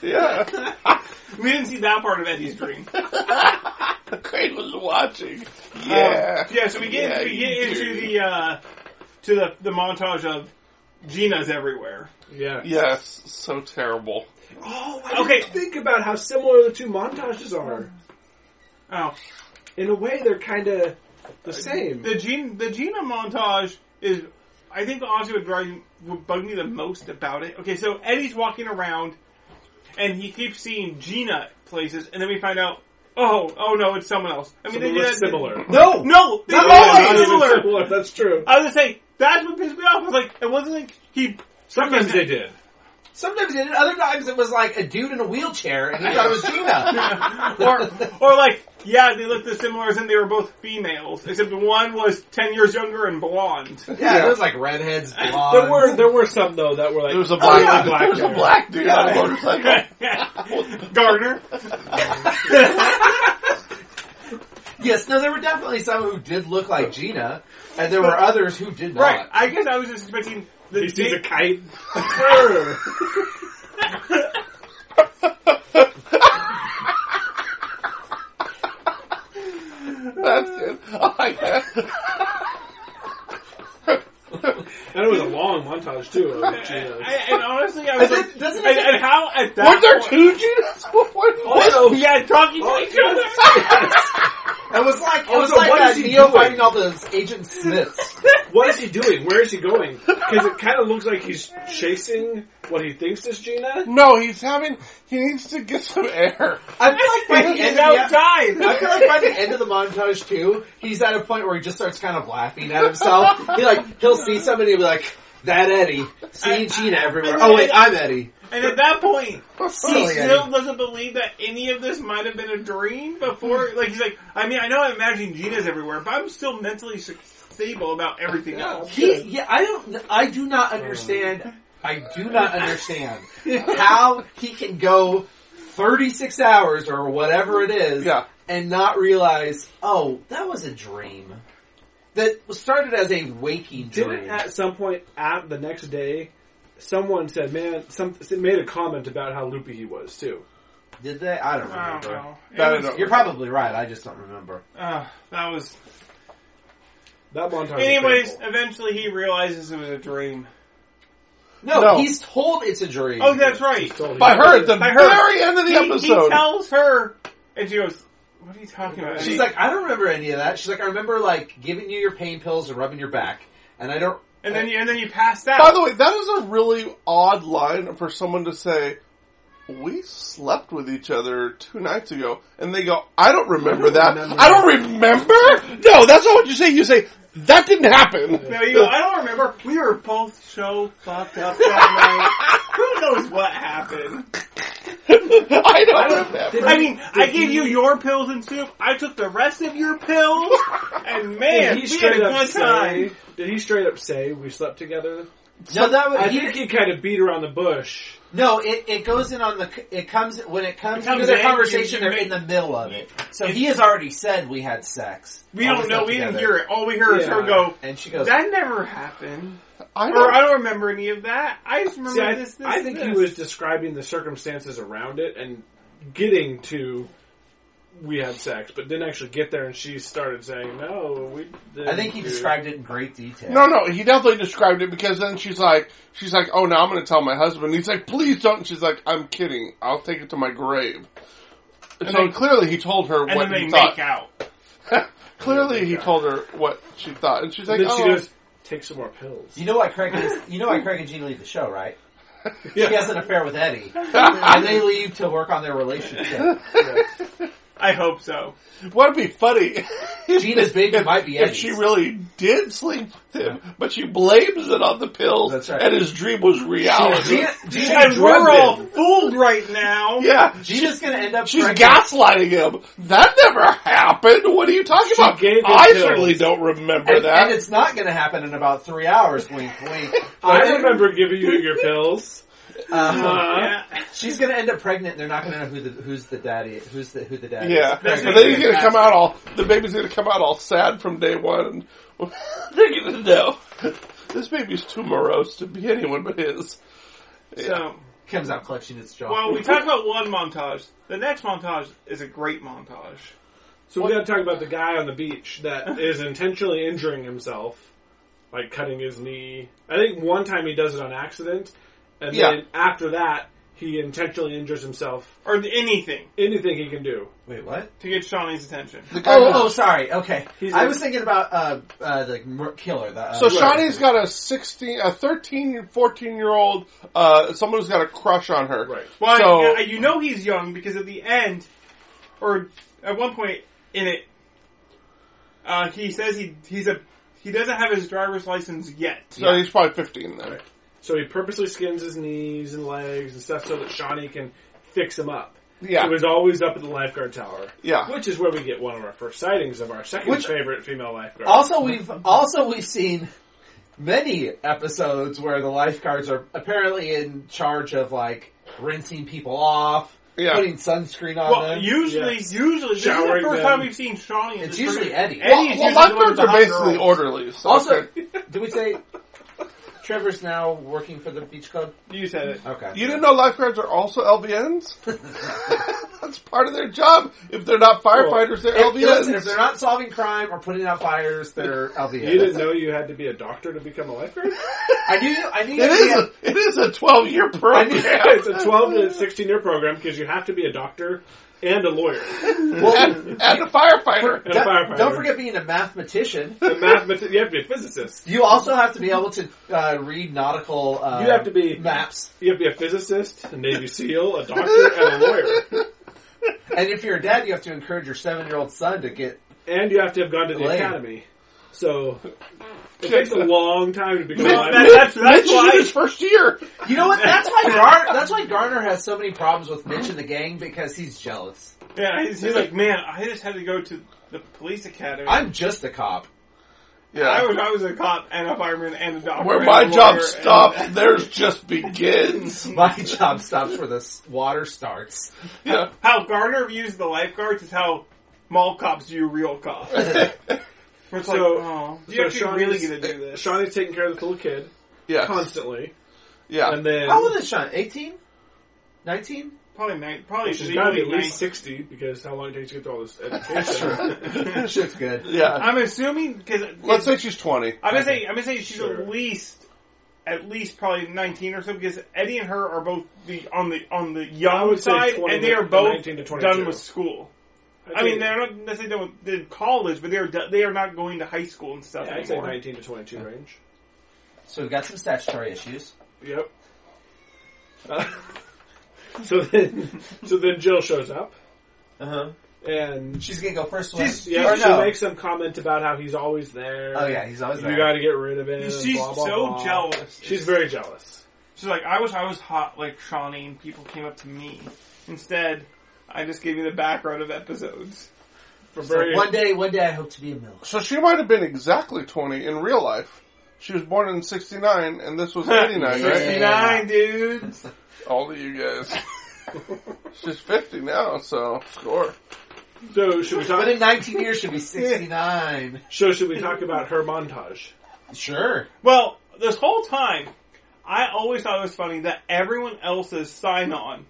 Speaker 2: Yeah.
Speaker 4: We didn't see that part of Eddie's dream.
Speaker 2: Craig was watching. Yeah.
Speaker 4: Um, yeah. So we get
Speaker 2: Yeah,
Speaker 4: we
Speaker 2: you
Speaker 4: get into
Speaker 2: do.
Speaker 4: the uh, to the the montage of Gina's everywhere.
Speaker 3: Yeah.
Speaker 2: Yes. So terrible.
Speaker 3: Oh, I
Speaker 4: Okay.
Speaker 3: okay. Think about how similar the two montages are.
Speaker 4: Oh,
Speaker 3: In a way, they're kind of the same.
Speaker 4: the Gina the Gina montage is. I think honestly would drive would bug me the most about it. Okay, so Eddie's walking around, and he keeps seeing Gina places, and then we find out. Oh, oh no, it's someone else. I mean,
Speaker 3: Some
Speaker 4: they
Speaker 3: of
Speaker 4: did
Speaker 3: them are
Speaker 4: that-
Speaker 3: similar.
Speaker 5: No,
Speaker 4: No, they
Speaker 5: Not
Speaker 4: were not
Speaker 5: always.
Speaker 3: Oh, Not even
Speaker 4: similar.
Speaker 3: similar, That's true.
Speaker 4: I was gonna say that's what pissed me off. I was like, it wasn't like he.
Speaker 3: Sometimes they did.
Speaker 5: Sometimes it did. Other times it was like a dude in a wheelchair, and he thought it was Gina.
Speaker 4: Or like, yeah, they looked as similar as in they were both females, except one was ten years younger and blonde.
Speaker 5: yeah, it was like redheads, blondes.
Speaker 3: There were there were some though that were like
Speaker 2: There was a black. dude.
Speaker 3: oh, yeah,
Speaker 2: there was a
Speaker 3: guy.
Speaker 2: black dude on a motorcycle.
Speaker 4: Gardner.
Speaker 5: Yes, no, there were definitely some who did look like Gina, and there were others who did not.
Speaker 4: Right. I guess I was just expecting the
Speaker 3: He sees a
Speaker 4: date-
Speaker 3: kite.
Speaker 2: That's it. I like that.
Speaker 3: and it was a long montage too. Of Gina's.
Speaker 4: I- and honestly, I was
Speaker 5: And then-
Speaker 4: like,
Speaker 5: doesn't
Speaker 4: and,
Speaker 5: it-
Speaker 4: and how at that
Speaker 2: Weren't there
Speaker 4: point-
Speaker 2: two Ginas before?
Speaker 4: Oh.
Speaker 3: Also,
Speaker 4: Yeah, talking
Speaker 3: oh,
Speaker 4: to each other.
Speaker 5: It was like it was
Speaker 3: Also,
Speaker 5: like
Speaker 3: what
Speaker 5: that
Speaker 3: is he
Speaker 5: Neo
Speaker 3: doing?
Speaker 5: fighting all those Agent Smiths.
Speaker 3: what is he doing? Where is he going? Because it kind of looks like he's chasing what he thinks is Gina.
Speaker 2: No, he's having. He needs to get some air.
Speaker 5: I feel like by the end
Speaker 4: He's
Speaker 5: of the,
Speaker 4: outside.
Speaker 5: I feel like by the end of the montage too, he's at a point where he just starts kind of laughing at himself. He like he'll see somebody and be like, "That Eddie, seeing Gina everywhere." Oh wait, I'm Eddie.
Speaker 4: And at that point, he
Speaker 5: Sorry,
Speaker 4: still
Speaker 5: Eddie.
Speaker 4: doesn't believe that any of this might have been a dream before. Like he's like, I mean, I know I'm imagining Gina's everywhere, but I'm still mentally s- stable about everything else.
Speaker 5: He, yeah, I don't. I do not understand. I do not understand how he can go 36 hours or whatever it is,
Speaker 2: Yeah.
Speaker 5: and not realize, oh, that was a dream that was started as a waking
Speaker 3: Didn't
Speaker 5: dream.
Speaker 3: at some point at the next day, someone said, "Man," some made a comment about how loopy he was too.
Speaker 5: Did they? I don't
Speaker 4: I
Speaker 5: remember.
Speaker 4: don't know. It
Speaker 2: That
Speaker 4: was-
Speaker 2: is-
Speaker 5: You're probably right. I just don't remember.
Speaker 4: uh, that was.
Speaker 3: That montage. was
Speaker 4: Anyways,
Speaker 3: painful.
Speaker 4: eventually he realizes it was a dream.
Speaker 5: No,
Speaker 2: No.
Speaker 5: he's told it's a dream.
Speaker 4: Oh, that's right.
Speaker 3: He's told he-
Speaker 2: By her at the
Speaker 4: By her.
Speaker 2: very end of the
Speaker 4: He, he
Speaker 2: episode.
Speaker 4: tells her, and she goes, "What are you talking about?"
Speaker 5: She's
Speaker 4: Eddie?"
Speaker 5: like, I don't remember any of that. She's like, I remember like giving you your pain pills and rubbing your back, and I don't.
Speaker 4: and then you, and then you passed out.
Speaker 2: By the way, that is a really odd line for someone to say. We slept with each other two nights ago, and they go, "I don't remember that. I don't remember." No, that's not what you say. You say that didn't happen.
Speaker 4: No, you go, I don't remember. We were both so fucked up that night. Who knows what happened?
Speaker 2: I don't, remember.
Speaker 4: I mean, I gave you your pills and soup. I took the rest of your pills, and man,
Speaker 3: Did he
Speaker 4: we had a
Speaker 3: straight up
Speaker 4: good
Speaker 3: say?
Speaker 4: time.
Speaker 3: Did he straight up say we slept together?
Speaker 5: No, that was,
Speaker 3: I
Speaker 5: he-
Speaker 3: think he kind of beat around the bush.
Speaker 5: No, it, it goes in on the it comes when it comes,
Speaker 4: It comes
Speaker 5: into the
Speaker 4: in,
Speaker 5: conversation.
Speaker 4: you- you
Speaker 5: they're in the middle of it, so
Speaker 4: It's-
Speaker 5: he has already said we had sex.
Speaker 4: We
Speaker 5: All
Speaker 4: don't
Speaker 5: this
Speaker 4: know.
Speaker 5: stuff
Speaker 4: We didn't
Speaker 5: together.
Speaker 4: hear it. All we hear is
Speaker 3: Yeah.
Speaker 4: her go.
Speaker 5: And she goes,
Speaker 4: That never happened.
Speaker 2: I
Speaker 4: Or I
Speaker 2: don't,
Speaker 4: don't remember any of that. I just remember
Speaker 3: See, I,
Speaker 4: this. this
Speaker 3: I think
Speaker 4: this.
Speaker 3: he was describing the circumstances around it and getting to we had sex, but didn't actually get there, and she started saying, "No, we." Didn't
Speaker 5: I think he
Speaker 3: do-"
Speaker 5: described it in great detail.
Speaker 2: No, no, he definitely described it because then she's like, she's like, oh, now I'm going to tell my husband. He's like, please don't. And she's like, I'm kidding. I'll take it to my grave.
Speaker 4: And
Speaker 2: so
Speaker 4: they-
Speaker 2: clearly he told her
Speaker 4: and
Speaker 2: what
Speaker 4: then they
Speaker 2: he thought.
Speaker 4: make out.
Speaker 2: clearly he
Speaker 3: Yeah.
Speaker 2: told her what she thought, and she's like,
Speaker 3: And then
Speaker 2: oh,
Speaker 3: she goes, "Take some more pills."
Speaker 5: You know why Craig is, you know why Craig and Gene leave the show, right?
Speaker 3: Yeah.
Speaker 5: He has an affair with Eddie. and they leave to work on their relationship.
Speaker 4: I hope so.
Speaker 2: what'd be funny? if-
Speaker 5: Gina's baby
Speaker 2: if-
Speaker 5: might be
Speaker 2: if
Speaker 5: Eddie's.
Speaker 2: she really did sleep with him, but she blames it on the pills,
Speaker 5: That's right.
Speaker 2: and his dream was reality.
Speaker 5: Gina, Gina
Speaker 4: And we're all
Speaker 5: drugged him.
Speaker 4: fooled right now.
Speaker 2: yeah,
Speaker 5: Gina's gonna end up
Speaker 2: She's
Speaker 5: pregnant.
Speaker 2: gaslighting him. That never happened. What are you talking
Speaker 3: She
Speaker 2: about?
Speaker 3: gave him
Speaker 2: I
Speaker 3: pills.
Speaker 2: certainly don't remember
Speaker 5: and,
Speaker 2: that.
Speaker 5: and it's not gonna happen in about three hours, wink wink.
Speaker 3: I remember giving you your pills.
Speaker 5: Um,
Speaker 4: Uh,
Speaker 2: Uh-huh.
Speaker 4: Yeah.
Speaker 5: she's gonna end up pregnant and they're not gonna know who the who's the daddy who's the who the daddy
Speaker 2: yeah,
Speaker 5: is.
Speaker 4: That's
Speaker 2: and then
Speaker 4: it.
Speaker 2: he's gonna come out all. The baby's gonna come out all sad from day one. And they're gonna know this baby's too morose to be anyone but his.
Speaker 4: So,
Speaker 5: Comes out clutching its jaw.
Speaker 4: while we talk about one montage, the next montage is a great montage.
Speaker 3: So we got to talk about the guy on the beach that is intentionally injuring himself, like cutting his knee. I think one time he does it on accident, and
Speaker 2: Yeah.
Speaker 3: then after that, he intentionally injures himself.
Speaker 4: Or anything
Speaker 3: Anything he can do.
Speaker 5: Wait, what?
Speaker 4: to get Shawnee's attention.
Speaker 2: The guy
Speaker 5: Oh,
Speaker 2: who-
Speaker 5: oh, sorry. Okay,
Speaker 3: He's
Speaker 5: I
Speaker 3: like-
Speaker 5: was thinking about uh, uh, the mur- killer. The, uh,
Speaker 2: So Shawnee's got a 16, a 13, 14 year old, uh, someone who's got a crush on her.
Speaker 3: Right.
Speaker 4: Well,
Speaker 2: So-
Speaker 4: I- I- you know he's young because at the end, or at one point in it, uh, he says he he's a he doesn't have his driver's license yet.
Speaker 2: So he's probably 15 then.
Speaker 3: Right. So he purposely skins his knees and legs and stuff so that Shawnee can fix him up.
Speaker 2: Yeah.
Speaker 3: So he's always up at the lifeguard tower.
Speaker 2: Yeah.
Speaker 3: Which is where we get one of our first sightings of our second
Speaker 5: Which-
Speaker 3: favorite female lifeguard.
Speaker 5: Also, we've also we've seen many episodes where the lifeguards are apparently in charge of like rinsing people off,
Speaker 2: Yeah.
Speaker 5: putting sunscreen on
Speaker 4: Well,
Speaker 5: them.
Speaker 4: usually,
Speaker 3: Yes.
Speaker 4: usually this is the
Speaker 3: Showering
Speaker 4: first
Speaker 3: them.
Speaker 4: time we've seen Shawnee. in
Speaker 5: It's
Speaker 4: this
Speaker 5: usually
Speaker 4: movie.
Speaker 5: Eddie.
Speaker 4: Eddie's
Speaker 2: Well,
Speaker 4: usually the one with
Speaker 2: lifeguards
Speaker 4: the
Speaker 2: are
Speaker 4: hot
Speaker 2: basically
Speaker 4: girls.
Speaker 2: orderlies. so-
Speaker 5: also, did we say Trevor's now working for the beach club?
Speaker 4: You said it.
Speaker 5: Okay.
Speaker 2: You didn't know lifeguards are also LVNs? That's part of their job. If they're not firefighters, they're
Speaker 5: If, listen, if
Speaker 2: LVNs.
Speaker 5: they're not solving crime or putting out fires, they're LVNs.
Speaker 3: you didn't know you had to be a doctor to become a lifeguard?
Speaker 5: I knew. I knew.
Speaker 2: It is. A, it is a twelve-year program.
Speaker 3: it's a 12 to 16 year program because you have to be a doctor and a lawyer
Speaker 5: Well,
Speaker 2: and, and a firefighter.
Speaker 3: and a firefighter.
Speaker 5: don't forget being a mathematician.
Speaker 3: a mathematician. You have to be a physicist.
Speaker 5: You also have to be able to uh, read nautical. Uh,
Speaker 3: You have to be-
Speaker 5: maps,
Speaker 3: You have to be a physicist, a Navy SEAL, a doctor, and a lawyer.
Speaker 5: and if you're a dad, you have to encourage your seven-year-old son to get.
Speaker 3: And you have to have gone to the
Speaker 5: Lame.
Speaker 3: academy. So it takes a long time to become a
Speaker 2: Mitch-
Speaker 3: lifeguard.
Speaker 4: That- that's
Speaker 2: Mitch
Speaker 4: that's
Speaker 2: is
Speaker 4: why.
Speaker 2: in his first year.
Speaker 5: You know what? That's why Garner. That's why Garner has so many problems with Mitch and the gang because he's jealous.
Speaker 4: Yeah, he's, he's like, man, I just had to go to the police academy.
Speaker 5: I'm just a cop.
Speaker 2: Yeah,
Speaker 4: I was, I was a cop and a fireman and a doctor.
Speaker 2: where
Speaker 4: and
Speaker 2: my
Speaker 4: a
Speaker 2: job
Speaker 4: lawyer
Speaker 2: stops,
Speaker 4: and-
Speaker 2: theirs just begins.
Speaker 5: My job stops where the s- water starts.
Speaker 2: Yeah.
Speaker 4: How Garner views the lifeguards is how mall cops view real cops. Where it's like,
Speaker 3: So-
Speaker 4: oh,
Speaker 3: so
Speaker 4: you're actually really
Speaker 3: Shawnee's-
Speaker 4: gonna do this.
Speaker 3: Shawnee's taking care of the little kid
Speaker 2: Yeah,
Speaker 3: constantly.
Speaker 2: yeah.
Speaker 4: Uh,
Speaker 3: And then
Speaker 5: How old is Sean? 18? 19?
Speaker 4: Probably nine, probably
Speaker 3: she's
Speaker 4: legally
Speaker 3: got to be at
Speaker 4: nine.
Speaker 3: least 60 because how long it takes to get through all this education.
Speaker 5: She looks good.
Speaker 2: Yeah.
Speaker 4: I'm assuming because
Speaker 2: Let's say she's twenty.
Speaker 4: I'm gonna say I'm gonna say she's
Speaker 3: Sure.
Speaker 4: at least at least probably 19 or so because Eddie and her are both the on the on the
Speaker 3: I
Speaker 4: young
Speaker 3: would say
Speaker 4: side
Speaker 3: 20
Speaker 4: and they are
Speaker 3: to
Speaker 4: both
Speaker 3: 19 to 22.
Speaker 4: done with school. I mean, they're not necessarily done with they're in college, but they're do- they are not going to high school and stuff
Speaker 3: Yeah, I'd say
Speaker 4: anymore.
Speaker 3: 19 to 22 range.
Speaker 5: So we've got some statutory issues.
Speaker 3: Yep. so then, so then Jill shows up,
Speaker 5: Uh
Speaker 3: Uh-huh.
Speaker 5: huh.
Speaker 3: and
Speaker 5: She's gonna go first one.
Speaker 4: She's-
Speaker 3: yeah,
Speaker 5: Or
Speaker 3: she
Speaker 5: no.
Speaker 3: makes some comment about how he's always there.
Speaker 5: Oh yeah, he's always
Speaker 3: you
Speaker 5: there.
Speaker 3: got to get rid of him. and
Speaker 4: She's
Speaker 3: blah, blah,
Speaker 4: so
Speaker 3: blah.
Speaker 4: jealous.
Speaker 3: She's very jealous.
Speaker 4: She's like, I wish I was hot like Shawnee and people came up to me. Instead, I just gave you the back road of episodes.
Speaker 3: For
Speaker 5: So
Speaker 3: very
Speaker 5: one day, one day, I hope to be a milk.
Speaker 2: So she might have been exactly twenty in real life. She was born in '69, and this was '89, right?
Speaker 4: 69, dude!
Speaker 2: All of you guys. She's 50 now, so score.
Speaker 3: so should we
Speaker 5: But in
Speaker 3: talk?
Speaker 5: 19 years, she'll be 69.
Speaker 3: So should we talk about her montage?
Speaker 5: Sure.
Speaker 4: Well, this whole time, I always thought it was funny that everyone else's sign on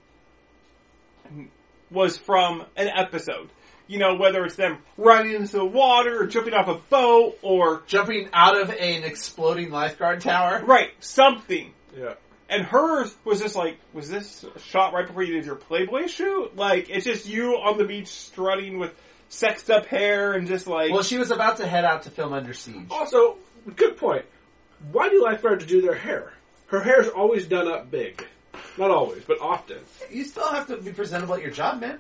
Speaker 4: was from an episode. you know, whether it's them riding into the water or jumping off a boat or,
Speaker 5: Jumping out of an exploding lifeguard tower.
Speaker 4: right, something.
Speaker 3: Yeah.
Speaker 4: And hers was just like, was this shot right before you did your Playboy shoot? Like, it's just you on the beach strutting with sexed up hair and just like,
Speaker 5: Well, she was about to head out to film Under Siege.
Speaker 3: Also, good point. Why do lifeguards do their hair? Her hair's always done up big. Not always, but often.
Speaker 5: You still have to be presentable at your job, man.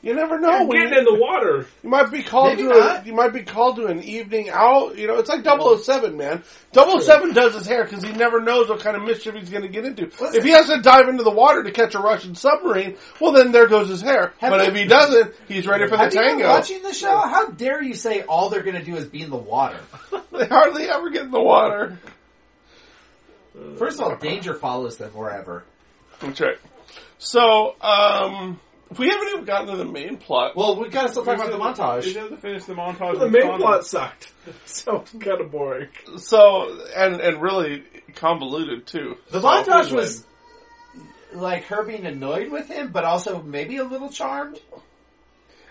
Speaker 2: You never know.
Speaker 3: You're
Speaker 2: when
Speaker 3: getting in the water.
Speaker 2: You might be called
Speaker 5: Maybe
Speaker 2: to a,
Speaker 5: not.
Speaker 2: you might be called to an evening out. You know, it's like 007, man. 007 does his hair because he never knows what kind of mischief he's going to get into.
Speaker 5: Listen.
Speaker 2: If he has to dive into the water to catch a Russian submarine, well, then there goes his hair.
Speaker 5: Have
Speaker 2: but
Speaker 5: you-
Speaker 2: if he doesn't, he's ready for the
Speaker 5: Have you been
Speaker 2: tango.
Speaker 5: watching the show? How dare you say all they're going to do is be in the water?
Speaker 2: They hardly ever get in the water.
Speaker 5: First of all, danger follows them wherever.
Speaker 2: That's right. So, um, we haven't even gotten to the main plot.
Speaker 5: Well, we got to still talk about the
Speaker 4: You
Speaker 5: montage.
Speaker 4: have to finish the montage.
Speaker 3: The
Speaker 4: with
Speaker 3: main
Speaker 4: Connor.
Speaker 3: plot sucked. So it's kind of boring.
Speaker 2: So, and and really convoluted too.
Speaker 5: The
Speaker 2: So-
Speaker 5: montage was like her being annoyed with him, but also maybe a little charmed.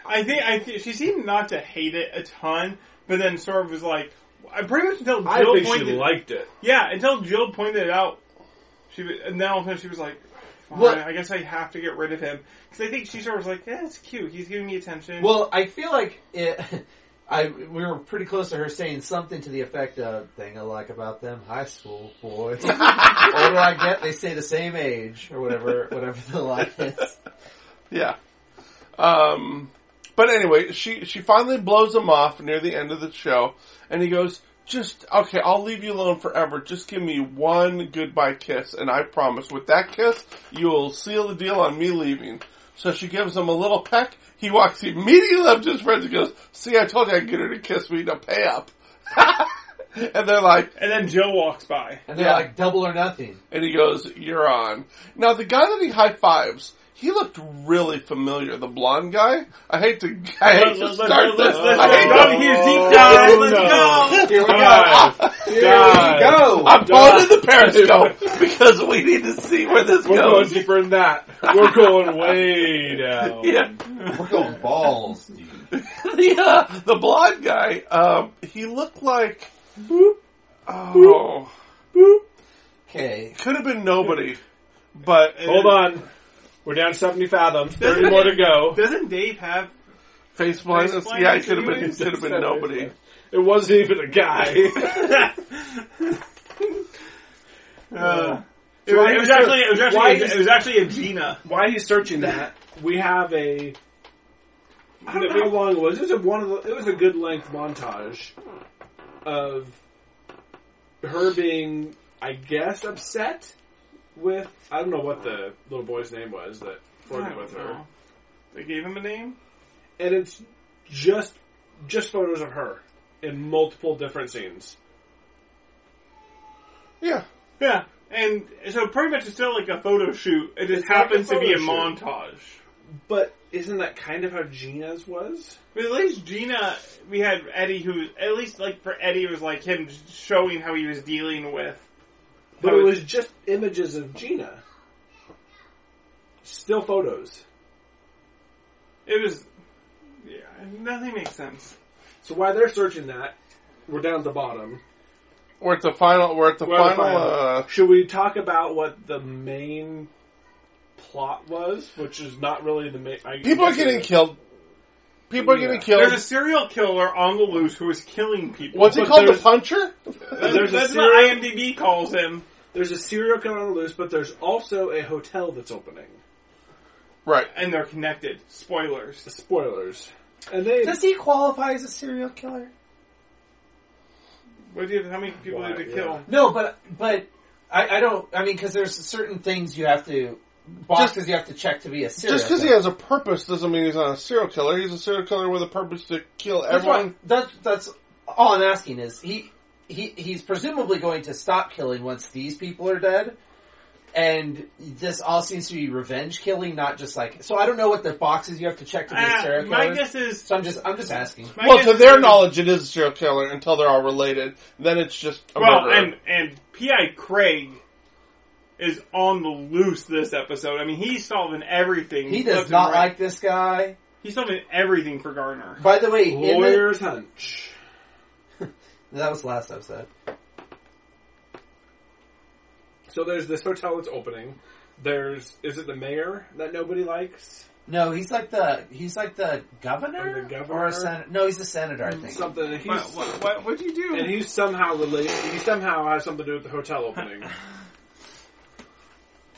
Speaker 4: I think I th- she seemed not to hate it a ton, but then sort of was like, I pretty much until Jill
Speaker 3: I think she
Speaker 4: pointed,
Speaker 3: liked it.
Speaker 4: yeah, until Jill pointed it out, she was, and then all of a sudden she was like, Fine,
Speaker 5: Well-
Speaker 4: I guess I have to get rid of him because I think she sort of was like, yeah, it's cute, he's giving me attention.
Speaker 5: Well, I feel like it. I we were pretty close to her saying something to the effect of "thing I like about them high school boys." Older I get, they stay the same age or whatever, whatever the line is.
Speaker 2: Yeah. Um, but anyway, she she finally blows him off near the end of the show, and he goes, "Just okay, I'll leave you alone forever. Just give me one goodbye kiss, and I promise, with that kiss, you'll seal the deal on me leaving." So she gives him a little peck. He walks immediately up to his friends and goes, "See, I told you I'd get her to kiss me. Now pay up." and they're like,
Speaker 4: and then Jill walks by.
Speaker 5: And they're
Speaker 2: Yeah.
Speaker 5: like double or nothing.
Speaker 2: and he goes, "You're on." Now the guy that he high fives, he looked really familiar. The blonde guy. I hate to. I hate to
Speaker 4: Let's- let's-
Speaker 2: start
Speaker 4: let's-
Speaker 2: this.
Speaker 4: let's-
Speaker 2: I hate
Speaker 4: let's
Speaker 2: to-
Speaker 4: go here, deep dive. Let's go.
Speaker 5: Here we go.
Speaker 3: Guys.
Speaker 5: Here
Speaker 3: Guys.
Speaker 5: we go.
Speaker 2: I'm going to the Periscope because we need to see where this
Speaker 3: We're going
Speaker 2: goes.
Speaker 3: deeper than that. We're going way down.
Speaker 2: Yeah.
Speaker 5: We're going balls, dude.
Speaker 2: the uh, the blonde guy. Um, he looked like. Oh,
Speaker 5: Okay.
Speaker 2: could have been nobody, but
Speaker 3: Hold on. We're down to 70 fathoms. 30 more to go.
Speaker 4: Doesn't Dave have?
Speaker 2: face blindness.
Speaker 4: blindness,
Speaker 2: Yeah, it could have been.
Speaker 4: anyways?
Speaker 2: It could have been nobody.
Speaker 3: It wasn't even a guy.
Speaker 4: Uh, it, was, it was actually it was
Speaker 3: Why
Speaker 4: actually
Speaker 3: is-
Speaker 4: it was actually a Gina.
Speaker 3: While he's searching that, we have a. I don't know how long it was. It was a one. Of the, it was a good length montage of her being, I guess, upset with. I don't know what the little boy's name was that flirted with her,
Speaker 4: They gave him a name.
Speaker 3: and it's just just photos of her in multiple different scenes.
Speaker 2: Yeah.
Speaker 4: Yeah, and so pretty much it's still like a photo shoot. It just
Speaker 3: It's like
Speaker 4: happens
Speaker 3: a
Speaker 4: to be a
Speaker 3: photo shoot.
Speaker 4: montage.
Speaker 3: But isn't that kind of how Gina's was?
Speaker 4: But at least Gina, we had Eddie, who at least like for Eddie it was like him showing how he was dealing with.
Speaker 3: But
Speaker 4: how
Speaker 3: it was just images of Gina, still photos.
Speaker 4: It was. Yeah, nothing makes sense.
Speaker 3: So while they're searching that, we're down at the bottom.
Speaker 2: We're at the final. We're at the
Speaker 3: We're at the
Speaker 2: final.
Speaker 3: final.
Speaker 2: Uh,
Speaker 3: Should we talk about what the main plot was, which is not really the main? I
Speaker 2: people are
Speaker 3: guess it
Speaker 2: getting
Speaker 3: is.
Speaker 2: killed. People are
Speaker 3: Yeah.
Speaker 2: getting
Speaker 4: There's a
Speaker 2: killed.
Speaker 4: serial killer on the loose who is killing people.
Speaker 2: What's he
Speaker 3: But
Speaker 2: called? The
Speaker 3: there's-
Speaker 2: puncher?
Speaker 4: That's,
Speaker 3: There's a
Speaker 4: that's what
Speaker 3: serial.
Speaker 4: IMDb calls him.
Speaker 3: There's a serial killer on the loose, but there's also a hotel that's opening.
Speaker 2: Right.
Speaker 4: And they're connected. Spoilers.
Speaker 3: Spoilers. And they
Speaker 5: Does he qualify as a serial killer?
Speaker 4: What do you, how many people
Speaker 3: Why,
Speaker 4: did they
Speaker 3: yeah.
Speaker 4: kill?
Speaker 5: No, but but I, I don't. I mean, because there's certain things you have to boxes you have to check to be a serial.
Speaker 2: Just because he
Speaker 5: killer.
Speaker 2: has a purpose doesn't mean he's not a serial killer. He's a serial killer with a purpose to kill
Speaker 5: that's
Speaker 2: everyone.
Speaker 5: what- that, that's all I'm asking is he he he's presumably going to stop killing once these people are dead. And this all seems to be revenge killing, not just like. So I don't know what the boxes you have to check to be a
Speaker 4: Ah,
Speaker 5: serial
Speaker 4: my
Speaker 5: killer.
Speaker 4: guess is.
Speaker 5: so I'm just I'm just asking.
Speaker 4: my
Speaker 2: well,
Speaker 4: guess
Speaker 2: to
Speaker 4: is-
Speaker 2: their knowledge, it is a serial killer until they're all related. Then it's just a
Speaker 4: Well,
Speaker 2: murderer.
Speaker 4: and and Pi Craig is on the loose this episode. I mean, he's solving everything.
Speaker 5: He
Speaker 4: left
Speaker 5: does
Speaker 4: and
Speaker 5: not
Speaker 4: right.
Speaker 5: like this guy.
Speaker 4: He's done everything for Gardner.
Speaker 5: By the way, in the,
Speaker 3: Lawyer's hunch.
Speaker 5: that was last episode.
Speaker 3: So there's this hotel that's opening. There's is it the mayor that nobody likes?
Speaker 5: No, he's like the he's like the governor,
Speaker 3: Or the governor?
Speaker 5: or a sen- no, he's a senator,
Speaker 4: Mm,
Speaker 5: I think.
Speaker 3: Something. And he's,
Speaker 4: What, what, what, what'd you do?
Speaker 3: and he's somehow related. He somehow has something to do with the hotel opening.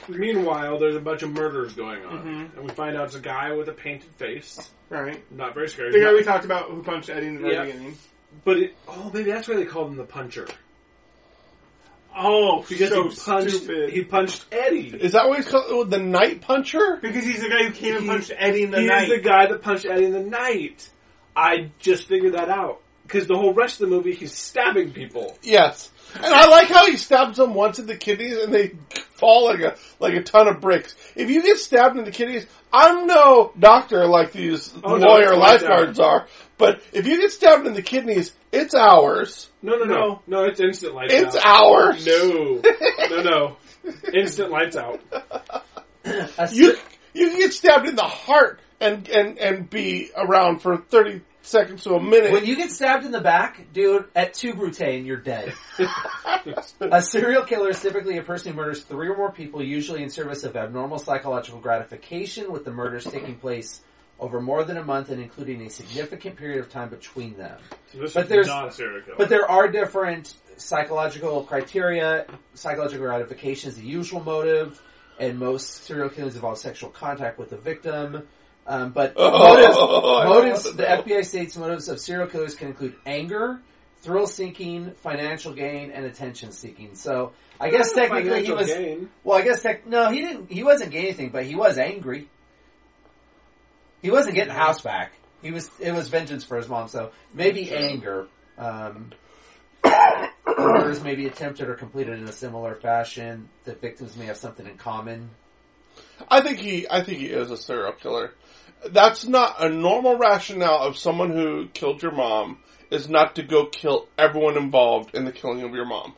Speaker 3: Meanwhile, there's a bunch of murders going on,
Speaker 4: Mhm.
Speaker 3: and we find out it's a guy with a painted face.
Speaker 4: right.
Speaker 3: Not very scary.
Speaker 4: The guy
Speaker 3: Not-
Speaker 4: we talked about who punched Eddie in the very
Speaker 3: Yeah.
Speaker 4: beginning.
Speaker 3: but it, oh, maybe that's why they called him the puncher
Speaker 4: Oh,
Speaker 3: because
Speaker 4: so
Speaker 3: he punched.
Speaker 4: stupid.
Speaker 3: He punched Eddie.
Speaker 2: Is that what he's called? The Night Puncher?
Speaker 4: because he's the guy who came and
Speaker 3: He-
Speaker 4: punched Eddie in the
Speaker 3: He's
Speaker 4: night.
Speaker 3: the guy that punched Eddie in the night. I just figured that out because the whole rest of the movie he's stabbing people.
Speaker 2: Yes. And I like how he stabs them once in the kidneys and they fall like a like a ton of bricks. If you get stabbed in the kidneys, I'm no doctor like these
Speaker 3: Oh, no,
Speaker 2: lawyer
Speaker 3: it's lights
Speaker 2: lifeguards are, but if you get stabbed in the kidneys, it's hours.
Speaker 3: No, no, no, no. It's instant lights
Speaker 2: It's
Speaker 3: out.
Speaker 2: hours.
Speaker 3: No, no, no. Instant lights out.
Speaker 5: A se-
Speaker 2: You you can get stabbed in the heart and and and be around for 30 seconds to a minute.
Speaker 5: when you get stabbed in the back, dude, at two brute and you're dead. a serial killer is typically a person who murders three or more people, usually in service of abnormal psychological gratification, with the murders taking place over more than a month and including a significant period of time between them.
Speaker 3: So this
Speaker 5: But
Speaker 3: is
Speaker 5: there's-
Speaker 3: not a serial killer.
Speaker 5: But there are different psychological criteria. Psychological gratification is the usual motive, and most serial killings involve sexual contact with the victim. Um, but
Speaker 2: Oh,
Speaker 5: motives, motives
Speaker 2: I
Speaker 5: the
Speaker 2: don't know.
Speaker 5: FBI states motives of serial killers can include anger, thrill seeking, financial gain, and attention seeking. So I guess technically he
Speaker 3: Financial
Speaker 5: was.
Speaker 3: gain.
Speaker 5: Well, I guess tech, no, he didn't. He wasn't getting anything, but he was angry. He wasn't getting the house back. He was. It was vengeance for his mom, so maybe anger. Um, murders may be attempted or completed in a similar fashion. The victims may have something in common.
Speaker 2: I think he I think he is a serial killer. That's not a normal rationale of someone who killed your mom is not to go kill everyone involved in the killing of your mom.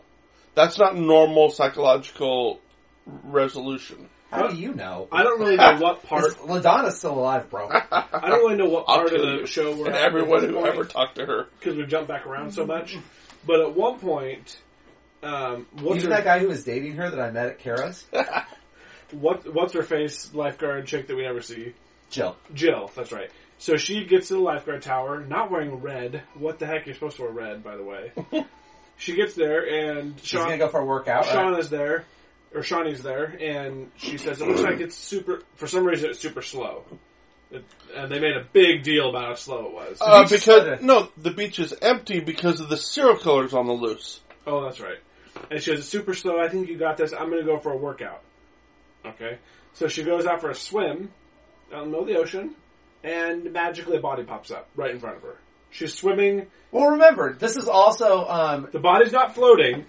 Speaker 2: That's not normal psychological resolution.
Speaker 5: How do you know?
Speaker 3: I don't really know what
Speaker 5: Is
Speaker 3: part.
Speaker 5: Ladonna's still alive, bro.
Speaker 3: I don't really know what
Speaker 2: I'll
Speaker 3: part of
Speaker 2: kill
Speaker 3: the
Speaker 2: you.
Speaker 3: show we're
Speaker 2: And
Speaker 3: at
Speaker 2: everyone
Speaker 3: at this
Speaker 2: who
Speaker 3: point,
Speaker 2: ever talked to her.
Speaker 3: because we jump back around so much. But at one point, um, what's
Speaker 5: Even
Speaker 3: her,
Speaker 5: that guy who was dating her that I met at Kara's,
Speaker 3: what what's her face lifeguard chick that we never see?
Speaker 5: Jill.
Speaker 3: Jill. That's right. So she gets to the lifeguard tower, not wearing red. What the heck? You're supposed to wear red, by the way. she gets there and
Speaker 5: She's
Speaker 3: Sean,
Speaker 5: gonna go for a workout. right?
Speaker 3: Sean is there, or Shawnee's there, and she says it looks like it's super. For some reason, it's super slow, it, and they made a big deal about how slow it was.
Speaker 2: Uh,
Speaker 5: beach is
Speaker 2: because
Speaker 5: flooded.
Speaker 2: no, the beach is empty because of the serial killers on the loose.
Speaker 3: oh, that's right. And she says it's super slow. I think you got this. I'm going to go for a workout. Okay, so she goes out for a swim out in the middle of the ocean, and magically a body pops up right in front of her. She's swimming.
Speaker 5: Well, remember, this is also um,
Speaker 3: The body's not floating.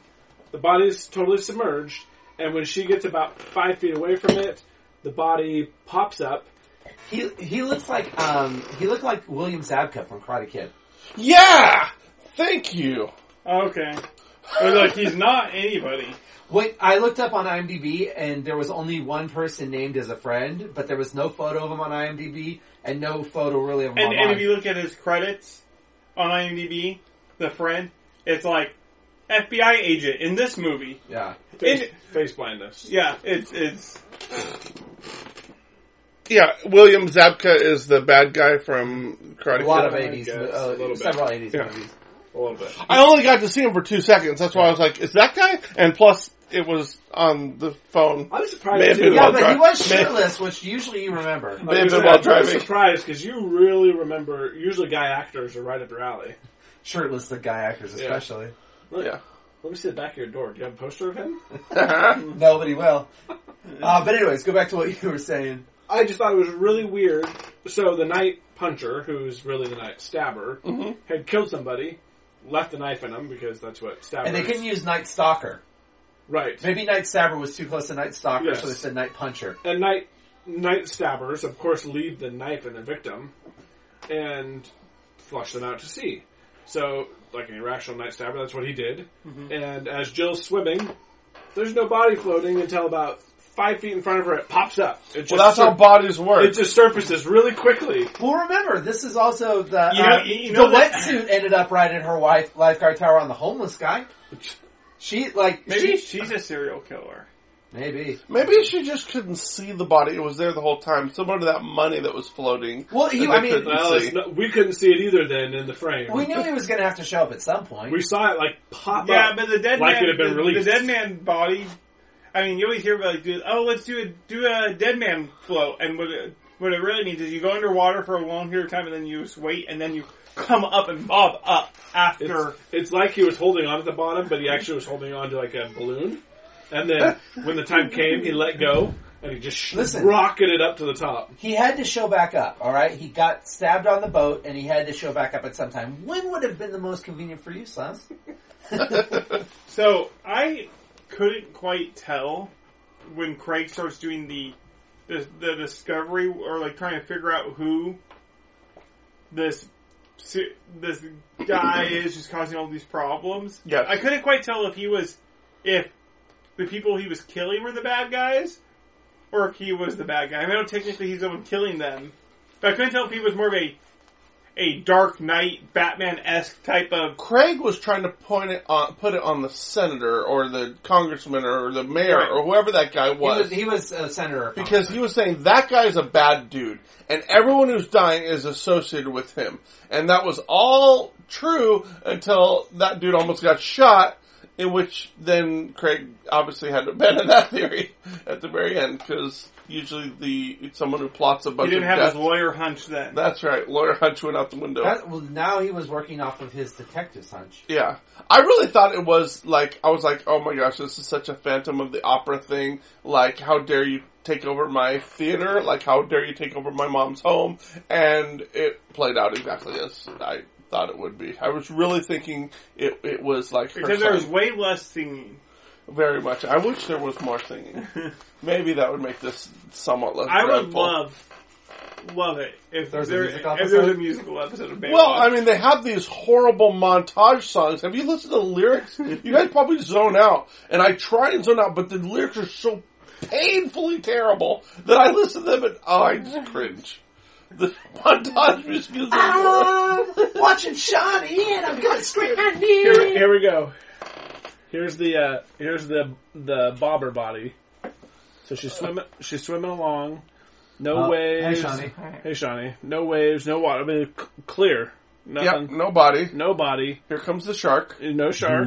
Speaker 3: The body's totally submerged. And when she gets about five feet away from it, the body pops up.
Speaker 5: He he looks like um he looked like William Zabka from Karate Kid.
Speaker 2: Yeah, thank you.
Speaker 4: okay. But look, he's not anybody.
Speaker 5: Wait, I looked up on IMDb and there was only one person named as a friend, but there was no photo of him on IMDb and no photo really of him
Speaker 4: And, and
Speaker 5: online.
Speaker 4: if you look at his credits on IMDb, the friend, it's like FBI agent in this movie.
Speaker 5: yeah,
Speaker 3: Face,
Speaker 4: It-
Speaker 3: face blindness.
Speaker 4: Yeah, it's it's
Speaker 2: Yeah, William Zabka is the bad guy from Karate
Speaker 5: a lot
Speaker 2: Kid.
Speaker 5: of eighties,
Speaker 3: guess, a little
Speaker 5: uh,
Speaker 3: bit.
Speaker 5: several eighties
Speaker 2: Yeah.
Speaker 5: movies.
Speaker 3: A little bit.
Speaker 2: I only got to see him for two seconds. That's why I was like, "Is that guy?" And plus, it was on the phone.
Speaker 3: I'm
Speaker 2: May
Speaker 3: surprised.
Speaker 2: have
Speaker 3: too.
Speaker 2: been
Speaker 5: Yeah,
Speaker 2: Well,
Speaker 5: but he
Speaker 2: dri-
Speaker 5: was
Speaker 2: man.
Speaker 5: shirtless, which usually you remember.
Speaker 3: I was
Speaker 2: May have been
Speaker 3: gonna
Speaker 2: while
Speaker 3: say, I'm
Speaker 2: driving.
Speaker 3: surprised because you really remember. Usually, guy actors are right up your alley.
Speaker 5: Shirtless, the guy actors especially.
Speaker 2: Yeah.
Speaker 3: Let me see the back of your door. Do you have a poster of him?
Speaker 5: Nobody will. Uh, but anyways, go back to what you were saying.
Speaker 3: I just thought it was really weird. So the night puncher, who's really the night stabber, had killed somebody, left the knife in him because that's what stabbers.
Speaker 5: Mm-hmm. And they couldn't use Night Stalker.
Speaker 3: right.
Speaker 5: Maybe Night Stabber was too close to Night Stalker,
Speaker 3: Yes.
Speaker 5: so they said Night Puncher.
Speaker 3: and night night stabbers, of course, leave the knife in their victim and flush them out to sea. So, like an irrational night stabber,
Speaker 2: Mm-hmm.
Speaker 3: that's what he did. And as Jill's swimming, there's no body floating until about five feet in front of her, it pops up. It just
Speaker 2: Well, that's
Speaker 3: sur-
Speaker 2: how bodies work.
Speaker 3: it just surfaces really quickly.
Speaker 5: Well, remember, this is also the
Speaker 4: You know-
Speaker 5: uh,
Speaker 4: you- you know
Speaker 5: the
Speaker 4: that-
Speaker 5: wetsuit ended up right at her wife lifeguard tower on the homeless guy. She like
Speaker 4: Maybe
Speaker 5: she,
Speaker 4: she's a serial killer.
Speaker 5: maybe.
Speaker 2: Maybe she just couldn't see the body. It was there the whole time. Similar to that money that was floating.
Speaker 5: Well,
Speaker 2: That
Speaker 5: he,
Speaker 2: they
Speaker 5: I mean,
Speaker 2: couldn't
Speaker 3: Well,
Speaker 2: see.
Speaker 3: it's not, we couldn't see it either then in the frame.
Speaker 5: we knew he was going to have to show up at some point.
Speaker 3: We saw it like pop
Speaker 4: Yeah,
Speaker 3: up.
Speaker 4: but the dead
Speaker 3: like
Speaker 4: man,
Speaker 3: it had been
Speaker 4: the,
Speaker 3: released.
Speaker 4: the dead man body. I mean, you always hear about like, do- oh, let's do a do a dead man float, and what it, what it really means is you go underwater for a long period of time, and then you just wait, and then you come up and bob up
Speaker 3: It's,
Speaker 4: after.
Speaker 3: it's like he was holding on at the bottom, but he actually was holding on to like a balloon. And then when the time came, he let go and he just sh-
Speaker 5: Listen.
Speaker 3: rocketed it up to the top.
Speaker 5: he had to show back up. All right, he got stabbed on the boat, and he had to show back up at some time. When would have been the most convenient for you, Sons?
Speaker 4: So I couldn't quite tell when Craig starts doing the the, the discovery or like trying to figure out who this se- this guy is who's causing all these problems.
Speaker 2: Yeah.
Speaker 4: I couldn't quite tell if he was if the people he was killing were the bad guys or if he was the bad guy. I know technically he's the one killing them, but I couldn't tell if he was more of a a Dark Knight Batman esque type of
Speaker 2: Craig was trying to point it on, put it on the senator or the congressman or the mayor
Speaker 4: Right.
Speaker 2: or whoever that guy
Speaker 5: He
Speaker 2: was,
Speaker 5: was he was a senator
Speaker 2: because he was saying that guy is a bad dude and everyone who's dying is associated with him, and that was all true until that dude almost got shot. In which then Craig obviously had to abandon that theory at the very end because usually the it's someone who plots a
Speaker 4: he
Speaker 2: bunch
Speaker 4: didn't
Speaker 2: of
Speaker 4: have
Speaker 2: death.
Speaker 4: his lawyer hunch then.
Speaker 2: That's right, lawyer hunch went out the window.
Speaker 5: That, well, now he was working off of his detective's hunch.
Speaker 2: Yeah. I really thought it was like I was like, "Oh my gosh, this is such a Phantom of the Opera thing. Like, how dare you take over my theater? Like, how dare you take over my mom's home?" And it played out exactly as I thought it would be. I was really thinking it it was like her
Speaker 4: Because there was
Speaker 2: son,
Speaker 4: way less singing.
Speaker 2: very much. I wish there was more singing. Maybe that would make this somewhat less.
Speaker 4: I um, would
Speaker 2: dreadful.
Speaker 4: love, love it if
Speaker 5: There's
Speaker 4: there's
Speaker 5: a
Speaker 4: there,
Speaker 5: musical
Speaker 4: if there's a
Speaker 5: episode?
Speaker 4: musical episode of Baywatch.
Speaker 2: Well, I mean, they have these horrible montage songs. Have you listened to the lyrics? You guys probably zone out, and I try and zone out, but the lyrics are so painfully terrible that I listen to them and oh, I just cringe. The montage music is horrible.
Speaker 5: watching Shawnee, and I'm gonna scream my knee.
Speaker 3: Here, here we go. Here's the uh, here's the the bobber body. So she's swimming she's swimming along. No
Speaker 5: Uh, hey,
Speaker 3: waves.
Speaker 5: Shawnee.
Speaker 3: Hey, Shawnee. No waves. No water. I mean, c- clear. Nothing.
Speaker 2: Yep, nobody.
Speaker 3: No body.
Speaker 2: Here comes the shark.
Speaker 3: No shark.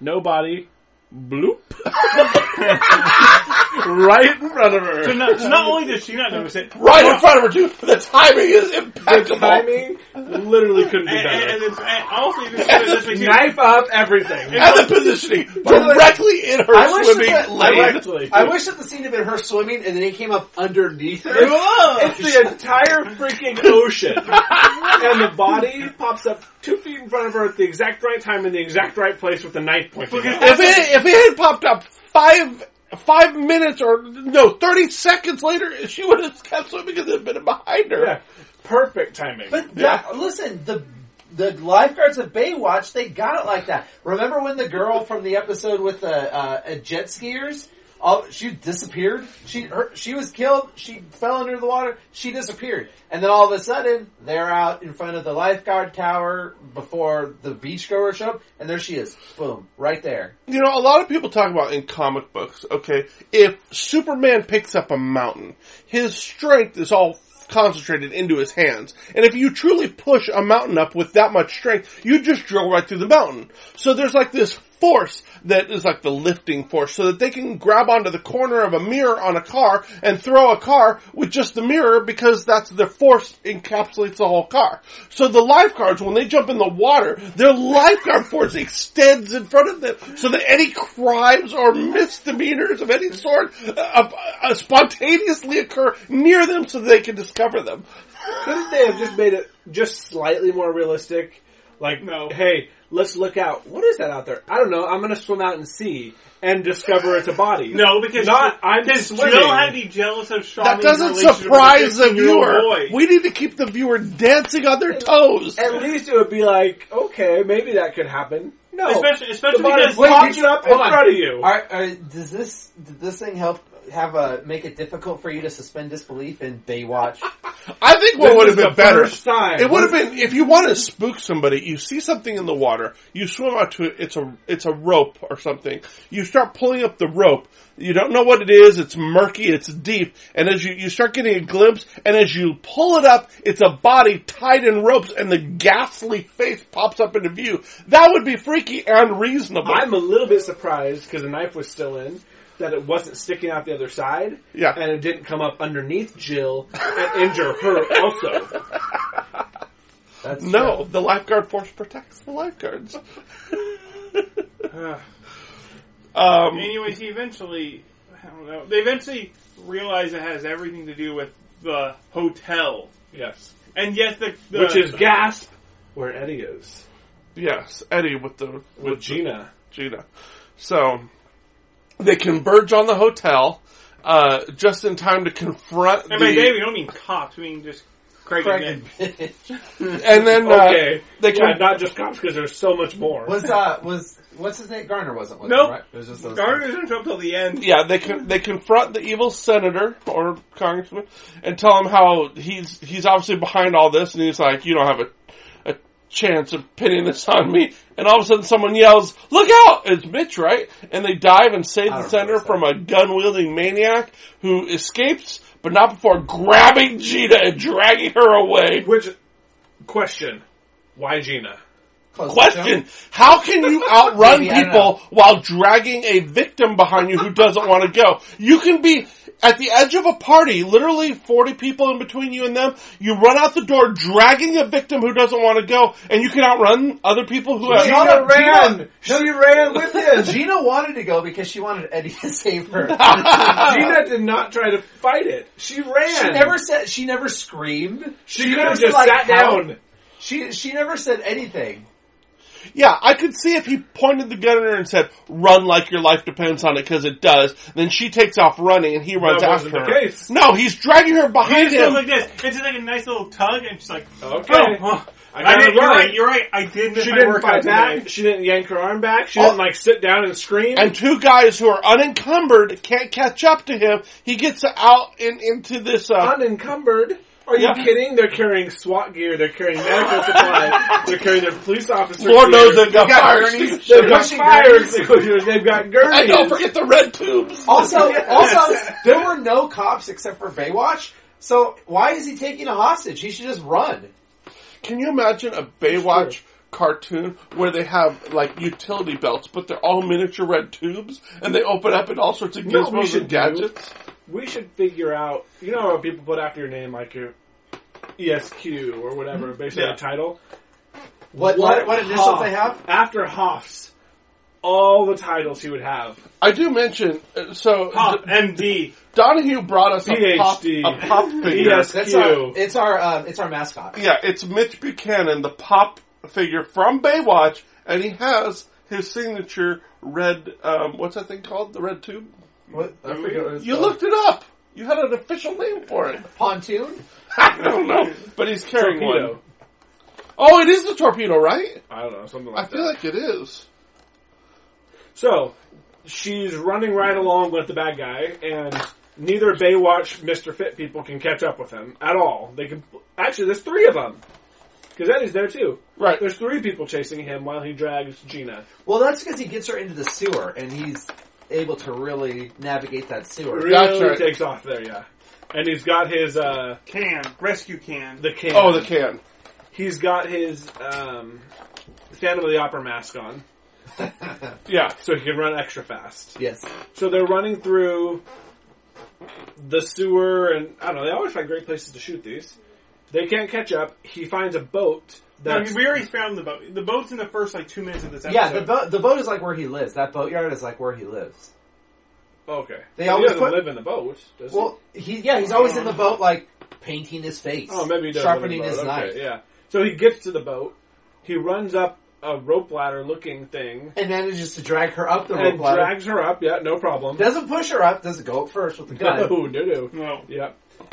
Speaker 3: No body. Bloop. right in front of her.
Speaker 4: so not, so not only does she not notice it, and,
Speaker 2: Right in front of her, too. The timing is impeccable.
Speaker 3: Timing literally couldn't be
Speaker 4: and, and,
Speaker 3: better.
Speaker 4: it's- and also even this way too.
Speaker 3: Knife up everything.
Speaker 2: And the positioning directly in her
Speaker 5: I wish
Speaker 2: swimming
Speaker 5: that- I
Speaker 2: lane.
Speaker 3: Directly.
Speaker 5: I wish that the scene had been her swimming, and then he came up underneath her.
Speaker 3: It's the entire freaking ocean. and the body pops up two feet in front of her at the exact right time in the exact right place with the knife pointing out.
Speaker 2: If it if it had popped up five five minutes or no thirty seconds later, she would have kept swimming because it had been behind her.
Speaker 3: Yeah. Perfect timing.
Speaker 5: But
Speaker 2: Yeah.
Speaker 5: that- listen, the the lifeguards of Baywatch, they got it like that. Remember when the girl from the episode with the uh, uh, jet skiers? Oh, she disappeared. She her, she was killed. She fell under the water. She disappeared, and then all of a sudden, they're out in front of the lifeguard tower before the beachgoer showed up, and there she is. Boom, right there.
Speaker 2: You know, a lot of people talk about in comic books. Okay, if Superman picks up a mountain, his strength is all concentrated into his hands, and if you truly push a mountain up with that much strength, you just drill right through the mountain. So there's like this force that is like the lifting force so that they can grab onto the corner of a mirror on a car and throw a car with just the mirror because that's the force encapsulates the whole car. So the lifeguards, when they jump in the water, their lifeguard force extends in front of them so that any crimes or misdemeanors of any sort uh, uh, spontaneously occur near them so they can discover them.
Speaker 3: Couldn't they have just made it just slightly more realistic? Like,
Speaker 4: No.
Speaker 3: hey, let's look out. What is that out there? I don't know. I'm going to swim out and see and discover it's a body.
Speaker 4: No, because
Speaker 3: Not, I'm
Speaker 4: because
Speaker 3: swimming.
Speaker 4: Jill had to be jealous of Sean.
Speaker 2: That doesn't surprise the viewer. We need to keep the viewer dancing on their toes.
Speaker 3: At least it would be like, okay, maybe that could happen. No,
Speaker 4: especially especially
Speaker 3: the body
Speaker 4: because
Speaker 3: pops up in
Speaker 5: hold on.
Speaker 3: front of you.
Speaker 5: All right, all right, does this did this thing help have a make it difficult for you to suspend disbelief in Baywatch.
Speaker 2: I think what
Speaker 3: This
Speaker 2: would
Speaker 3: is
Speaker 2: have been
Speaker 3: the
Speaker 2: better.
Speaker 3: first time.
Speaker 2: It would have been if you want to spook somebody. You see something in the water. You swim out to it. It's a it's a rope or something. You start pulling up the rope. You don't know what it is. It's murky. It's deep. And as you you start getting a glimpse, and as you pull it up, it's a body tied in ropes, and the ghastly face pops up into view. That would be freaky and reasonable.
Speaker 3: I'm a little bit surprised because the knife was still in that it wasn't sticking out the other side.
Speaker 2: Yeah.
Speaker 3: and it didn't come up underneath Jill and injure her also.
Speaker 5: That's
Speaker 2: no, the lifeguard force protects the lifeguards. um,
Speaker 4: Anyways, he eventually, I don't know, they eventually realize it has everything to do with the hotel.
Speaker 3: Yes,
Speaker 4: And yet the, the
Speaker 3: which is gasp where Eddie is
Speaker 2: yes, Eddie with the
Speaker 3: with Gina.
Speaker 2: Gina. So they converge on the hotel uh, just in time to confront
Speaker 4: and
Speaker 2: the.
Speaker 4: by day we don't mean cops, we mean just Craig,
Speaker 5: Craig
Speaker 4: and Nick.
Speaker 5: and Mitch.
Speaker 2: and then uh,
Speaker 3: Okay,
Speaker 2: they
Speaker 3: yeah,
Speaker 2: can.
Speaker 3: not just cops because there's so much more.
Speaker 5: Was uh was what's his name? Garner wasn't with
Speaker 4: Nope.
Speaker 5: him, right? It was just those
Speaker 4: Garner doesn't show up till the end.
Speaker 2: Yeah, they con- they confront the evil senator or congressman and tell him how he's he's obviously behind all this, and he's like, "You don't have a a chance of pinning this on me." And all of a sudden, someone yells, "Look out! It's Mitch, right?" And they dive and save
Speaker 5: I
Speaker 2: the
Speaker 5: don't
Speaker 2: senator
Speaker 5: remember
Speaker 2: from a gun wielding maniac who escapes, but not before grabbing Gina and dragging her away.
Speaker 3: Which question? Why Gina?
Speaker 5: close
Speaker 2: Question: How can you outrun
Speaker 5: Maybe, I don't
Speaker 2: people while dragging a victim behind you who doesn't want to go? You can be at the edge of a party, literally forty people in between you and them. You run out the door dragging a victim who doesn't want to go, and you can outrun other people who have.
Speaker 5: Gina ran.
Speaker 6: She ran with him.
Speaker 5: Gina wanted to go because she wanted Eddie to save her.
Speaker 3: Gina did not try to fight it. She ran.
Speaker 5: she never said she never screamed.
Speaker 3: She could have
Speaker 5: was
Speaker 3: just
Speaker 5: like,
Speaker 3: sat
Speaker 5: "Help."
Speaker 3: down.
Speaker 5: She she never said anything.
Speaker 2: Yeah, I could see if he pointed the gun at her and said, "Run like your life depends on it," because it does. Then she takes off running, and he runs
Speaker 3: That
Speaker 2: after
Speaker 3: wasn't the
Speaker 2: her.
Speaker 3: case.
Speaker 2: No, he's dragging her
Speaker 4: He
Speaker 2: behind
Speaker 4: just goes
Speaker 2: him.
Speaker 4: like this. It's just like a nice little tug, and she's like,
Speaker 3: Okay.
Speaker 4: "Oh, huh.
Speaker 3: I
Speaker 4: I
Speaker 3: gotta
Speaker 4: did, you're
Speaker 3: run.
Speaker 4: right. You're right. I did miss
Speaker 3: She
Speaker 4: my
Speaker 3: didn't
Speaker 4: workout
Speaker 3: fight back.
Speaker 4: today."
Speaker 3: She didn't yank her arm back. She
Speaker 2: Oh.
Speaker 3: didn't like sit down and scream.
Speaker 2: and two guys who are unencumbered can't catch up to him. He gets out in, into this. Uh,
Speaker 3: unencumbered. Are you
Speaker 2: Yeah.
Speaker 3: kidding? They're carrying SWAT gear. They're carrying medical supplies. they're carrying their police officers.
Speaker 2: Lord knows
Speaker 3: gear.
Speaker 2: they've got,
Speaker 5: got
Speaker 2: fire
Speaker 5: gurneys.
Speaker 2: extinguishers.
Speaker 3: They've got
Speaker 5: Pushing
Speaker 3: fire
Speaker 5: gurneys.
Speaker 3: extinguishers. They've got
Speaker 2: And don't
Speaker 3: gurneys.
Speaker 2: forget the red tubes.
Speaker 5: Also,
Speaker 3: Yes.
Speaker 5: also, there were no cops except for Baywatch. So why is he taking a hostage? He should just run.
Speaker 2: Can you imagine a Baywatch cartoon where they have like utility belts, but they're all miniature red tubes, and they open up in all sorts of
Speaker 3: You know what we
Speaker 2: gizmos and
Speaker 3: should do?
Speaker 2: gadgets?
Speaker 3: We should figure out. You know how people put after your name like your ESQ or whatever based on
Speaker 2: Yeah.
Speaker 3: your title.
Speaker 5: What what, what initials
Speaker 3: Hoff-
Speaker 5: they have?
Speaker 3: after Hoffs? All the titles he would have.
Speaker 2: I do mention. uh, So
Speaker 4: Pop,
Speaker 2: D-
Speaker 4: MD.
Speaker 2: Donahue brought us a pop,
Speaker 3: PhD.
Speaker 2: a pop figure.
Speaker 3: Yes.
Speaker 5: That's
Speaker 3: Cute.
Speaker 5: our it's our um, it's our mascot.
Speaker 2: Yeah, it's Mitch Buchanan, the pop figure from Baywatch, and he has his signature red. Um, what's that thing called? The red tube.
Speaker 5: What, I forget what it's
Speaker 2: You
Speaker 3: Uh,
Speaker 5: called.
Speaker 2: looked it up. You had an official name for it.
Speaker 5: pontoon.
Speaker 2: I don't know, but he's carrying
Speaker 3: Torpedo.
Speaker 2: one. Oh, it is the torpedo, right?
Speaker 3: I don't know something like
Speaker 2: I
Speaker 3: that.
Speaker 2: feel like it is.
Speaker 3: So, she's running right along with the bad guy, and neither Baywatch Mr. Fit people can catch up with him at all. They can actually. There's three of them because Eddie's there too.
Speaker 2: Right.
Speaker 3: There's three people chasing him while he drags Gina.
Speaker 5: Well, that's because he gets her into the sewer, and he's able to really navigate that sewer.
Speaker 3: Really
Speaker 2: right.
Speaker 3: takes off there, yeah. And he's got his uh
Speaker 4: Can. Rescue can.
Speaker 3: the can.
Speaker 2: Oh, the can.
Speaker 3: He's got his um Phantom of the Opera mask on,
Speaker 2: Yeah.
Speaker 3: so he can run extra fast.
Speaker 5: yes,
Speaker 3: So they're running through the sewer, and I don't know. They always find great places to shoot these. They can't catch up. He finds a boat
Speaker 4: No,
Speaker 3: that's
Speaker 4: we already found the boat. The boat's in the first like two minutes of this episode.
Speaker 5: yeah. The boat the boat is like where he lives. That boatyard is like where he lives.
Speaker 3: Oh, okay.
Speaker 5: They
Speaker 3: He
Speaker 5: always
Speaker 3: doesn't
Speaker 5: put-
Speaker 3: live in the boat, does he?
Speaker 5: Well, he yeah, he's always in the boat, like painting his face.
Speaker 3: Oh, maybe he does
Speaker 5: sharpening
Speaker 3: live in
Speaker 5: his
Speaker 3: the boat.
Speaker 5: knife.
Speaker 3: Okay, Yeah. So he gets to the boat. He runs up a rope ladder looking thing
Speaker 5: and manages to drag her up the rope
Speaker 3: and
Speaker 5: ladder.
Speaker 3: drags her up. Yeah, no problem.
Speaker 5: Doesn't push her up. Doesn't go up first with the gun.
Speaker 3: Oh, No, no, no.
Speaker 4: No.
Speaker 3: Yeah.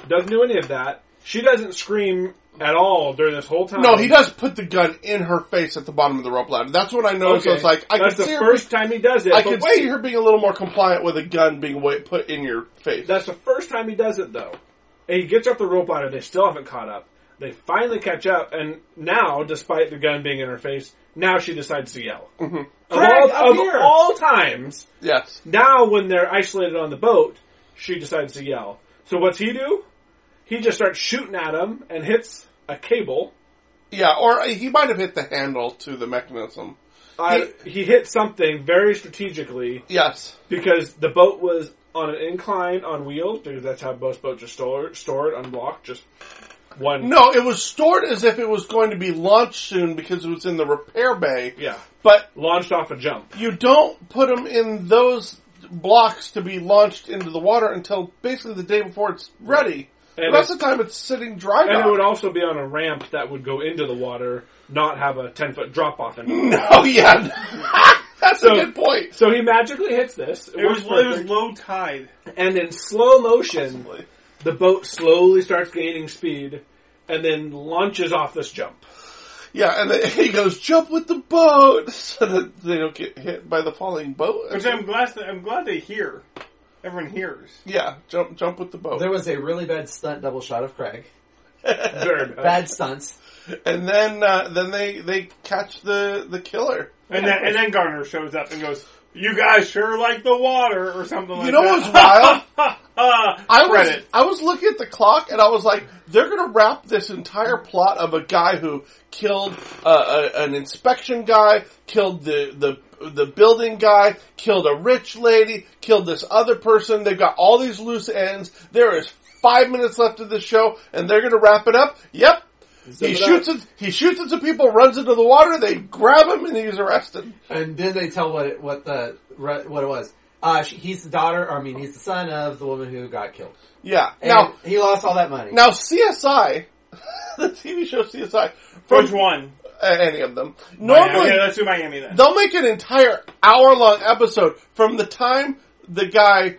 Speaker 3: Doesn't do any of that. She doesn't scream at all during this whole time.
Speaker 2: No, he does put the gun in her face at the bottom of the rope ladder. That's what I noticed. I was like, I
Speaker 3: that's
Speaker 2: can
Speaker 3: the
Speaker 2: see her.
Speaker 3: first time he does it.
Speaker 2: I
Speaker 3: but
Speaker 2: can
Speaker 3: wait,
Speaker 2: see her being a little more compliant with a gun being wa- put in your face.
Speaker 3: That's the first time he does it, though. And he gets up the rope ladder. They still haven't caught up. They finally catch up, and now, despite the gun being in her face, now she decides to yell. Mm-hmm. Of,
Speaker 5: Craig, up
Speaker 3: all, of
Speaker 5: here.
Speaker 3: all times,
Speaker 2: yes.
Speaker 3: now when they're isolated on the boat, she decides to yell. So what's he do? He just starts shooting at him and hits a cable.
Speaker 2: Yeah, or he might have hit the handle to the mechanism.
Speaker 3: Uh, he hits something very strategically
Speaker 2: Yes.
Speaker 3: because the boat was on an incline on wheels because that's how most boats are stored, stored unblocked, just one.
Speaker 2: No, it was stored as if it was going to be launched soon because it was in the repair bay.
Speaker 3: Yeah.
Speaker 2: But
Speaker 3: Launched off a jump.
Speaker 2: you don't put them in those blocks to be launched into the water until basically the day before it's ready.
Speaker 3: And
Speaker 2: the rest of the time it's sitting dry
Speaker 3: And it
Speaker 2: dock.
Speaker 3: would also be on a ramp that would go into the water, not have a 10 foot drop off. In it.
Speaker 2: Oh yeah, that's
Speaker 3: So-
Speaker 2: a good point.
Speaker 3: So he magically hits this.
Speaker 4: It was,
Speaker 3: works
Speaker 4: it was
Speaker 3: perfect.
Speaker 4: low tide.
Speaker 3: and in slow motion, the boat slowly starts gaining speed and then launches off this jump.
Speaker 2: Yeah, and then he goes jump with the boat so that they don't get hit by the falling boat.
Speaker 4: Which I'm glad. That, I'm glad they hear. Everyone hears.
Speaker 2: yeah, jump jump with the boat,
Speaker 5: There was a really bad stunt double shot of Craig.
Speaker 3: Very bad.
Speaker 5: Bad stunts.
Speaker 2: and then uh, then they they catch the the killer.
Speaker 4: And then and then Garner shows up and goes, "You guys sure like the water or something like
Speaker 2: You know what
Speaker 4: that."
Speaker 2: was wild?
Speaker 4: Ah,
Speaker 2: I was
Speaker 4: credit.
Speaker 2: I was looking at the clock and I was like, they're going to wrap this entire plot of a guy who killed uh, a, an inspection guy, killed the the the building guy, killed a rich lady, killed this other person. They've got all these loose ends. There is five minutes left of the show, and they're going to wrap it up. Yep.
Speaker 3: Zip
Speaker 2: he
Speaker 3: it up.
Speaker 2: shoots at, he shoots at some people, runs into the water, they grab him, and he's arrested.
Speaker 5: And then they tell what it, what the re- what it was. Uh, she, he's the daughter. Or, I mean, he's the son of the woman who got killed.
Speaker 2: Yeah.
Speaker 5: And
Speaker 2: now
Speaker 5: he lost all that money.
Speaker 2: now CSI, the TV show CSI, from
Speaker 4: Which one?
Speaker 2: uh, any of them.
Speaker 4: Miami.
Speaker 2: Normally,
Speaker 4: Okay, let's do Miami then.
Speaker 2: they'll make an entire hour long episode from the time the guy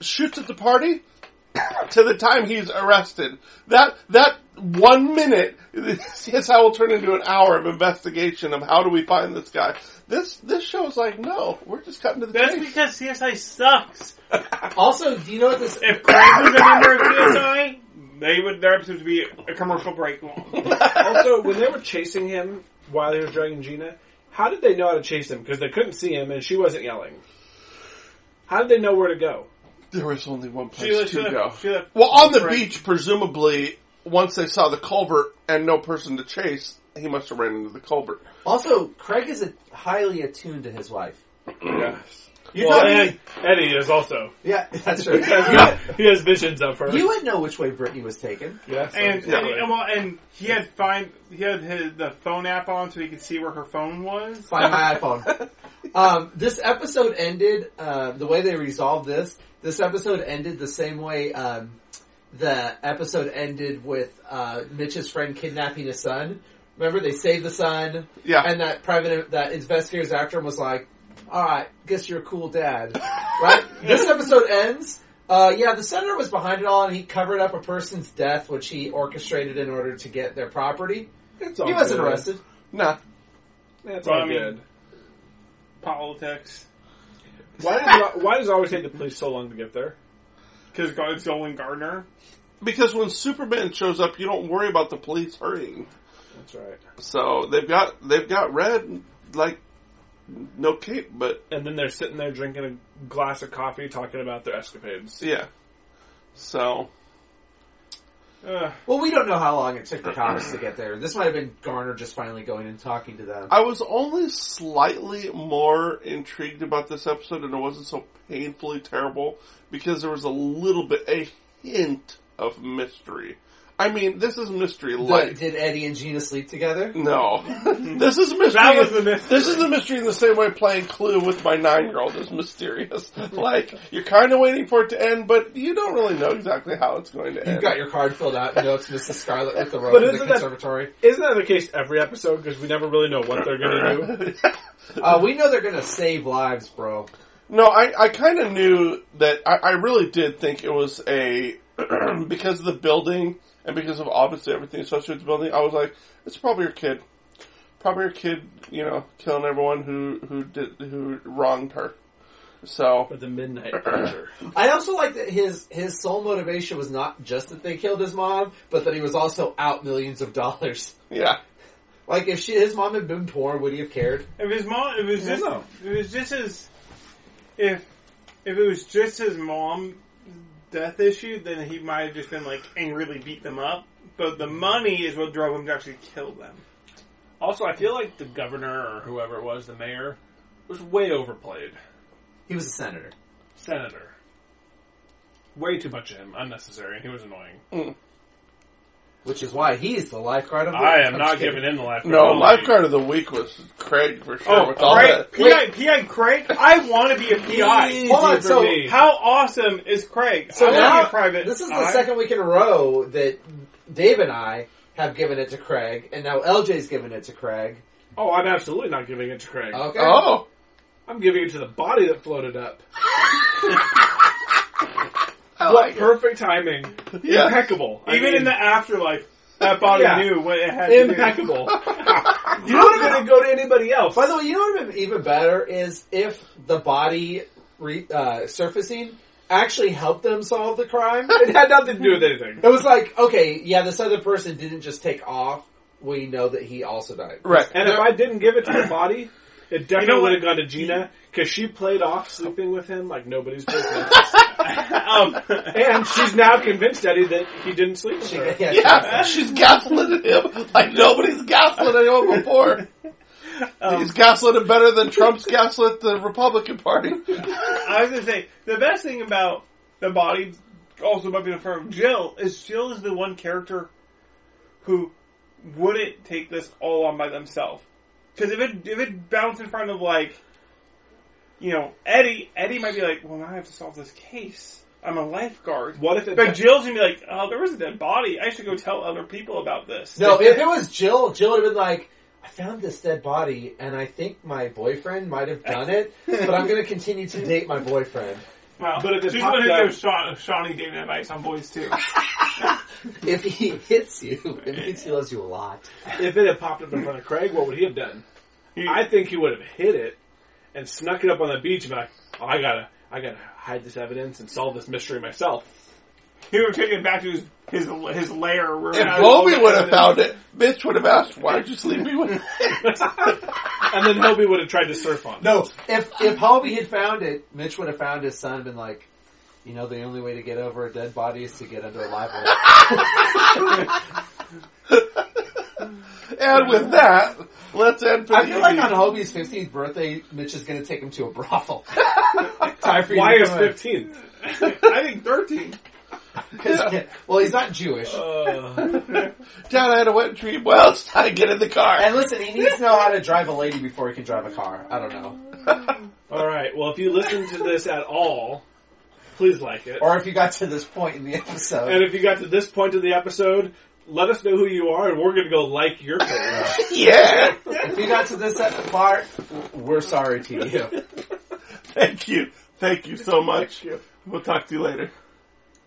Speaker 2: shoots at the party to the time he's arrested. That that one minute, CSI will turn into an hour of investigation of how do we find this guy. This this show is like, no, we're just cutting to the
Speaker 4: That's
Speaker 2: chase.
Speaker 4: because CSI sucks.
Speaker 5: Also, do you know what this?
Speaker 4: If Craig was a member of CSI, they would their episodes would be a commercial break long.
Speaker 3: also, when they were chasing him while he was dragging Gina, how did they know how to chase him? Because they couldn't see him and she wasn't yelling. How did they know where to go?
Speaker 2: There was only one place
Speaker 4: Sheila,
Speaker 2: to
Speaker 4: Sheila,
Speaker 2: go.
Speaker 4: Sheila.
Speaker 2: Well, on the
Speaker 4: Right.
Speaker 2: beach, presumably, once they saw the culvert and no person to chase, he must have ran into the culvert.
Speaker 5: Also, Craig is a, highly attuned to his wife.
Speaker 3: Yes.
Speaker 5: You
Speaker 3: well,
Speaker 5: tell me-
Speaker 3: and Eddie is also.
Speaker 5: yeah, that's true.
Speaker 3: he has visions of her.
Speaker 5: you would know which way Brittany was taken.
Speaker 3: yeah, so-
Speaker 4: And,
Speaker 2: Yeah.
Speaker 4: and, and well, and he had find he had his, the phone app on so he could see where her phone was.
Speaker 5: Find my iPhone. Um, this episode ended uh, the way they resolved this. This episode ended the same way um, the episode ended with uh, Mitch's friend kidnapping his son. Remember, they saved the son.
Speaker 2: Yeah.
Speaker 5: And that private that investigator's after him was like, "All right, guess you're a cool dad." right. This episode ends. Uh, yeah, the senator was behind it all, and he covered up a person's death, which he orchestrated in order to get their property.
Speaker 3: It's all
Speaker 5: he wasn't
Speaker 3: good.
Speaker 5: arrested.
Speaker 2: Nah.
Speaker 3: That's
Speaker 4: Well,
Speaker 3: all
Speaker 4: I mean-
Speaker 3: good.
Speaker 4: Politics,
Speaker 3: Why does, why does it always take the police so long to get there?
Speaker 4: because it's Owen Gardner.
Speaker 2: Because when Superman shows up, you don't worry about the police hurrying.
Speaker 3: That's right.
Speaker 2: So they've got they've got red like no cape, but
Speaker 3: And then they're sitting there drinking a glass of coffee talking about their escapades.
Speaker 2: yeah. So
Speaker 4: Ugh.
Speaker 5: Well, we don't know how long it took the cops to get there. This might have been Garner just finally going and talking to them.
Speaker 2: I was only slightly more intrigued about this episode, and it wasn't so painfully terrible because there was a little bit a hint of mystery. I mean, this is mystery
Speaker 5: But
Speaker 2: light.
Speaker 5: did Eddie and Gina sleep together?
Speaker 2: No, this is mystery.
Speaker 4: That was the mystery.
Speaker 2: This is the mystery in the same way playing Clue with my nine-year-old is mysterious. like you're kind of waiting for it to end, but you don't really know exactly how it's going to
Speaker 5: You've
Speaker 2: end.
Speaker 5: got your card filled out. You know it's Mrs. Scarlet with the rope
Speaker 3: But
Speaker 5: in the
Speaker 3: isn't that-
Speaker 5: conservatory.
Speaker 3: Isn't that the case every episode? Because we never really know what they're going to do.
Speaker 5: Uh, we know they're going to save lives, bro.
Speaker 2: no, I, I kind of knew that. I, I really did think it was a because of the building and because of obviously everything associated with the building, I was like, it's probably your kid, probably your kid, you know, killing everyone who who did who wronged her. So
Speaker 3: But the midnight preacher.
Speaker 5: I also like that his his sole motivation was not just that they killed his mom, but that he was also out millions of dollars.
Speaker 2: yeah,
Speaker 5: Like if she, his mom had been poor, would he have cared?
Speaker 4: If his mom, if it was
Speaker 5: Yeah, I
Speaker 4: just,
Speaker 5: know.
Speaker 4: if it was just his, if if it was just his mom death issue, then he might have just been like angrily beat them up. But the money is what drove him to actually kill them.
Speaker 3: Also, I feel like the governor or whoever it was, the mayor, was way overplayed.
Speaker 5: He was a senator.
Speaker 3: Senator. Way too much of him. Unnecessary. He was annoying.
Speaker 5: Which is why he's the lifeguard of the
Speaker 3: I am
Speaker 5: I'm
Speaker 3: not
Speaker 5: just kidding.
Speaker 3: giving in the lifeguard.
Speaker 2: no,
Speaker 3: of the week.
Speaker 2: lifeguard of the week was Oh, Craig for sure.
Speaker 4: Oh,
Speaker 2: with all
Speaker 4: Craig,
Speaker 2: that.
Speaker 4: PI, PI Craig. I want to be a
Speaker 3: Easy
Speaker 4: PI.
Speaker 5: Hold on,
Speaker 3: for
Speaker 5: so
Speaker 3: me.
Speaker 4: How awesome is Craig?
Speaker 5: So
Speaker 4: I want to
Speaker 5: now
Speaker 4: be a private.
Speaker 5: this is the
Speaker 4: eye.
Speaker 5: second week in a row that Dave and I have given it to Craig, and now LJ's given it to Craig.
Speaker 3: Oh, I'm absolutely not giving it to Craig.
Speaker 5: Okay.
Speaker 2: Oh,
Speaker 3: I'm giving it to the body that floated up.
Speaker 2: I
Speaker 3: what
Speaker 2: like it.
Speaker 3: perfect timing.
Speaker 2: Yeah.
Speaker 3: Impeccable. I
Speaker 4: Even
Speaker 3: mean,
Speaker 4: in the afterlife, that body
Speaker 3: Yeah.
Speaker 4: knew what it had to do.
Speaker 3: impeccable. you would have going to go to anybody else.
Speaker 5: By the way, you know what would have been even better is if the body re- uh, surfacing actually helped them solve the crime.
Speaker 3: it had nothing to do with anything.
Speaker 5: It was like, okay, yeah, this other person didn't just take off. We know that he also died.
Speaker 2: right.
Speaker 3: And if I didn't give it to the body, it definitely
Speaker 4: know what?
Speaker 3: would have gone to Gina because she played off sleeping with him like nobody's business.
Speaker 4: Um,
Speaker 3: and she's now convinced Eddie that he didn't sleep with her.
Speaker 5: Yeah.
Speaker 2: Yeah, she's gaslighted him like nobody's gaslit anyone before. He's gaslighted better than Trump's gaslit the Republican Party.
Speaker 4: I was gonna say the best thing about the body, also might be the firm Jill, is Jill is the one character who wouldn't take this all on by themselves. Because if it if it bounced in front of like, you know, Eddie, Eddie might be like, well, now I have to solve this case. I'm a lifeguard.
Speaker 3: What if it?
Speaker 4: But Jill's gonna be like, oh, there was a dead body. I should go tell other people about this.
Speaker 5: No, if it was Jill, Jill would have been like, I found this dead body, and I think my boyfriend might have done it, but I'm going to continue to date my boyfriend.
Speaker 4: Wow.
Speaker 3: But if it
Speaker 4: she's
Speaker 3: popped
Speaker 4: gonna
Speaker 3: up-
Speaker 4: give Shawn, Shawnee David advice on boys too.
Speaker 5: If he hits you, it means he loves you a lot.
Speaker 3: if it had popped up in front of Craig, what would he have done? I think he would have hit it and snuck it up on the beach and be like, oh, I gotta, I gotta hide this evidence and solve this mystery myself.
Speaker 4: He would have taken it back to his his, his lair. Where
Speaker 2: If Roby would have found it, Mitch would have asked, "Why'd you leave me with?"
Speaker 3: And then Hobie would have tried to surf on. it.
Speaker 5: No, if if Hobie had found it, Mitch would have found his son and been like, you know, the only way to get over a dead body is to get under a live one.
Speaker 2: and with that, let's end. For
Speaker 5: I
Speaker 2: the
Speaker 5: feel like
Speaker 2: evening.
Speaker 5: on Hobie's 15th birthday, Mitch is going to take him to a brothel. Time for you
Speaker 3: Why
Speaker 5: to
Speaker 3: is
Speaker 5: come in.
Speaker 3: fifteenth?
Speaker 4: I think thirteen.
Speaker 5: 'Cause- Well, he's not Jewish.
Speaker 3: Uh,
Speaker 2: Dad, I had a wet dream. Well, it's time to get in the car.
Speaker 5: And listen, he needs to know how to drive a lady before he can drive a car. I don't know.
Speaker 3: all right. Well, if you listen to this at all, please like it.
Speaker 5: Or if you got to this point in the episode.
Speaker 3: And if you got to this point of the episode, let us know who you are, and we're gonna go like your page.
Speaker 2: yeah,
Speaker 5: If you got to this part, we're sorry to you.
Speaker 2: thank you, thank you so much. We'll talk to you later.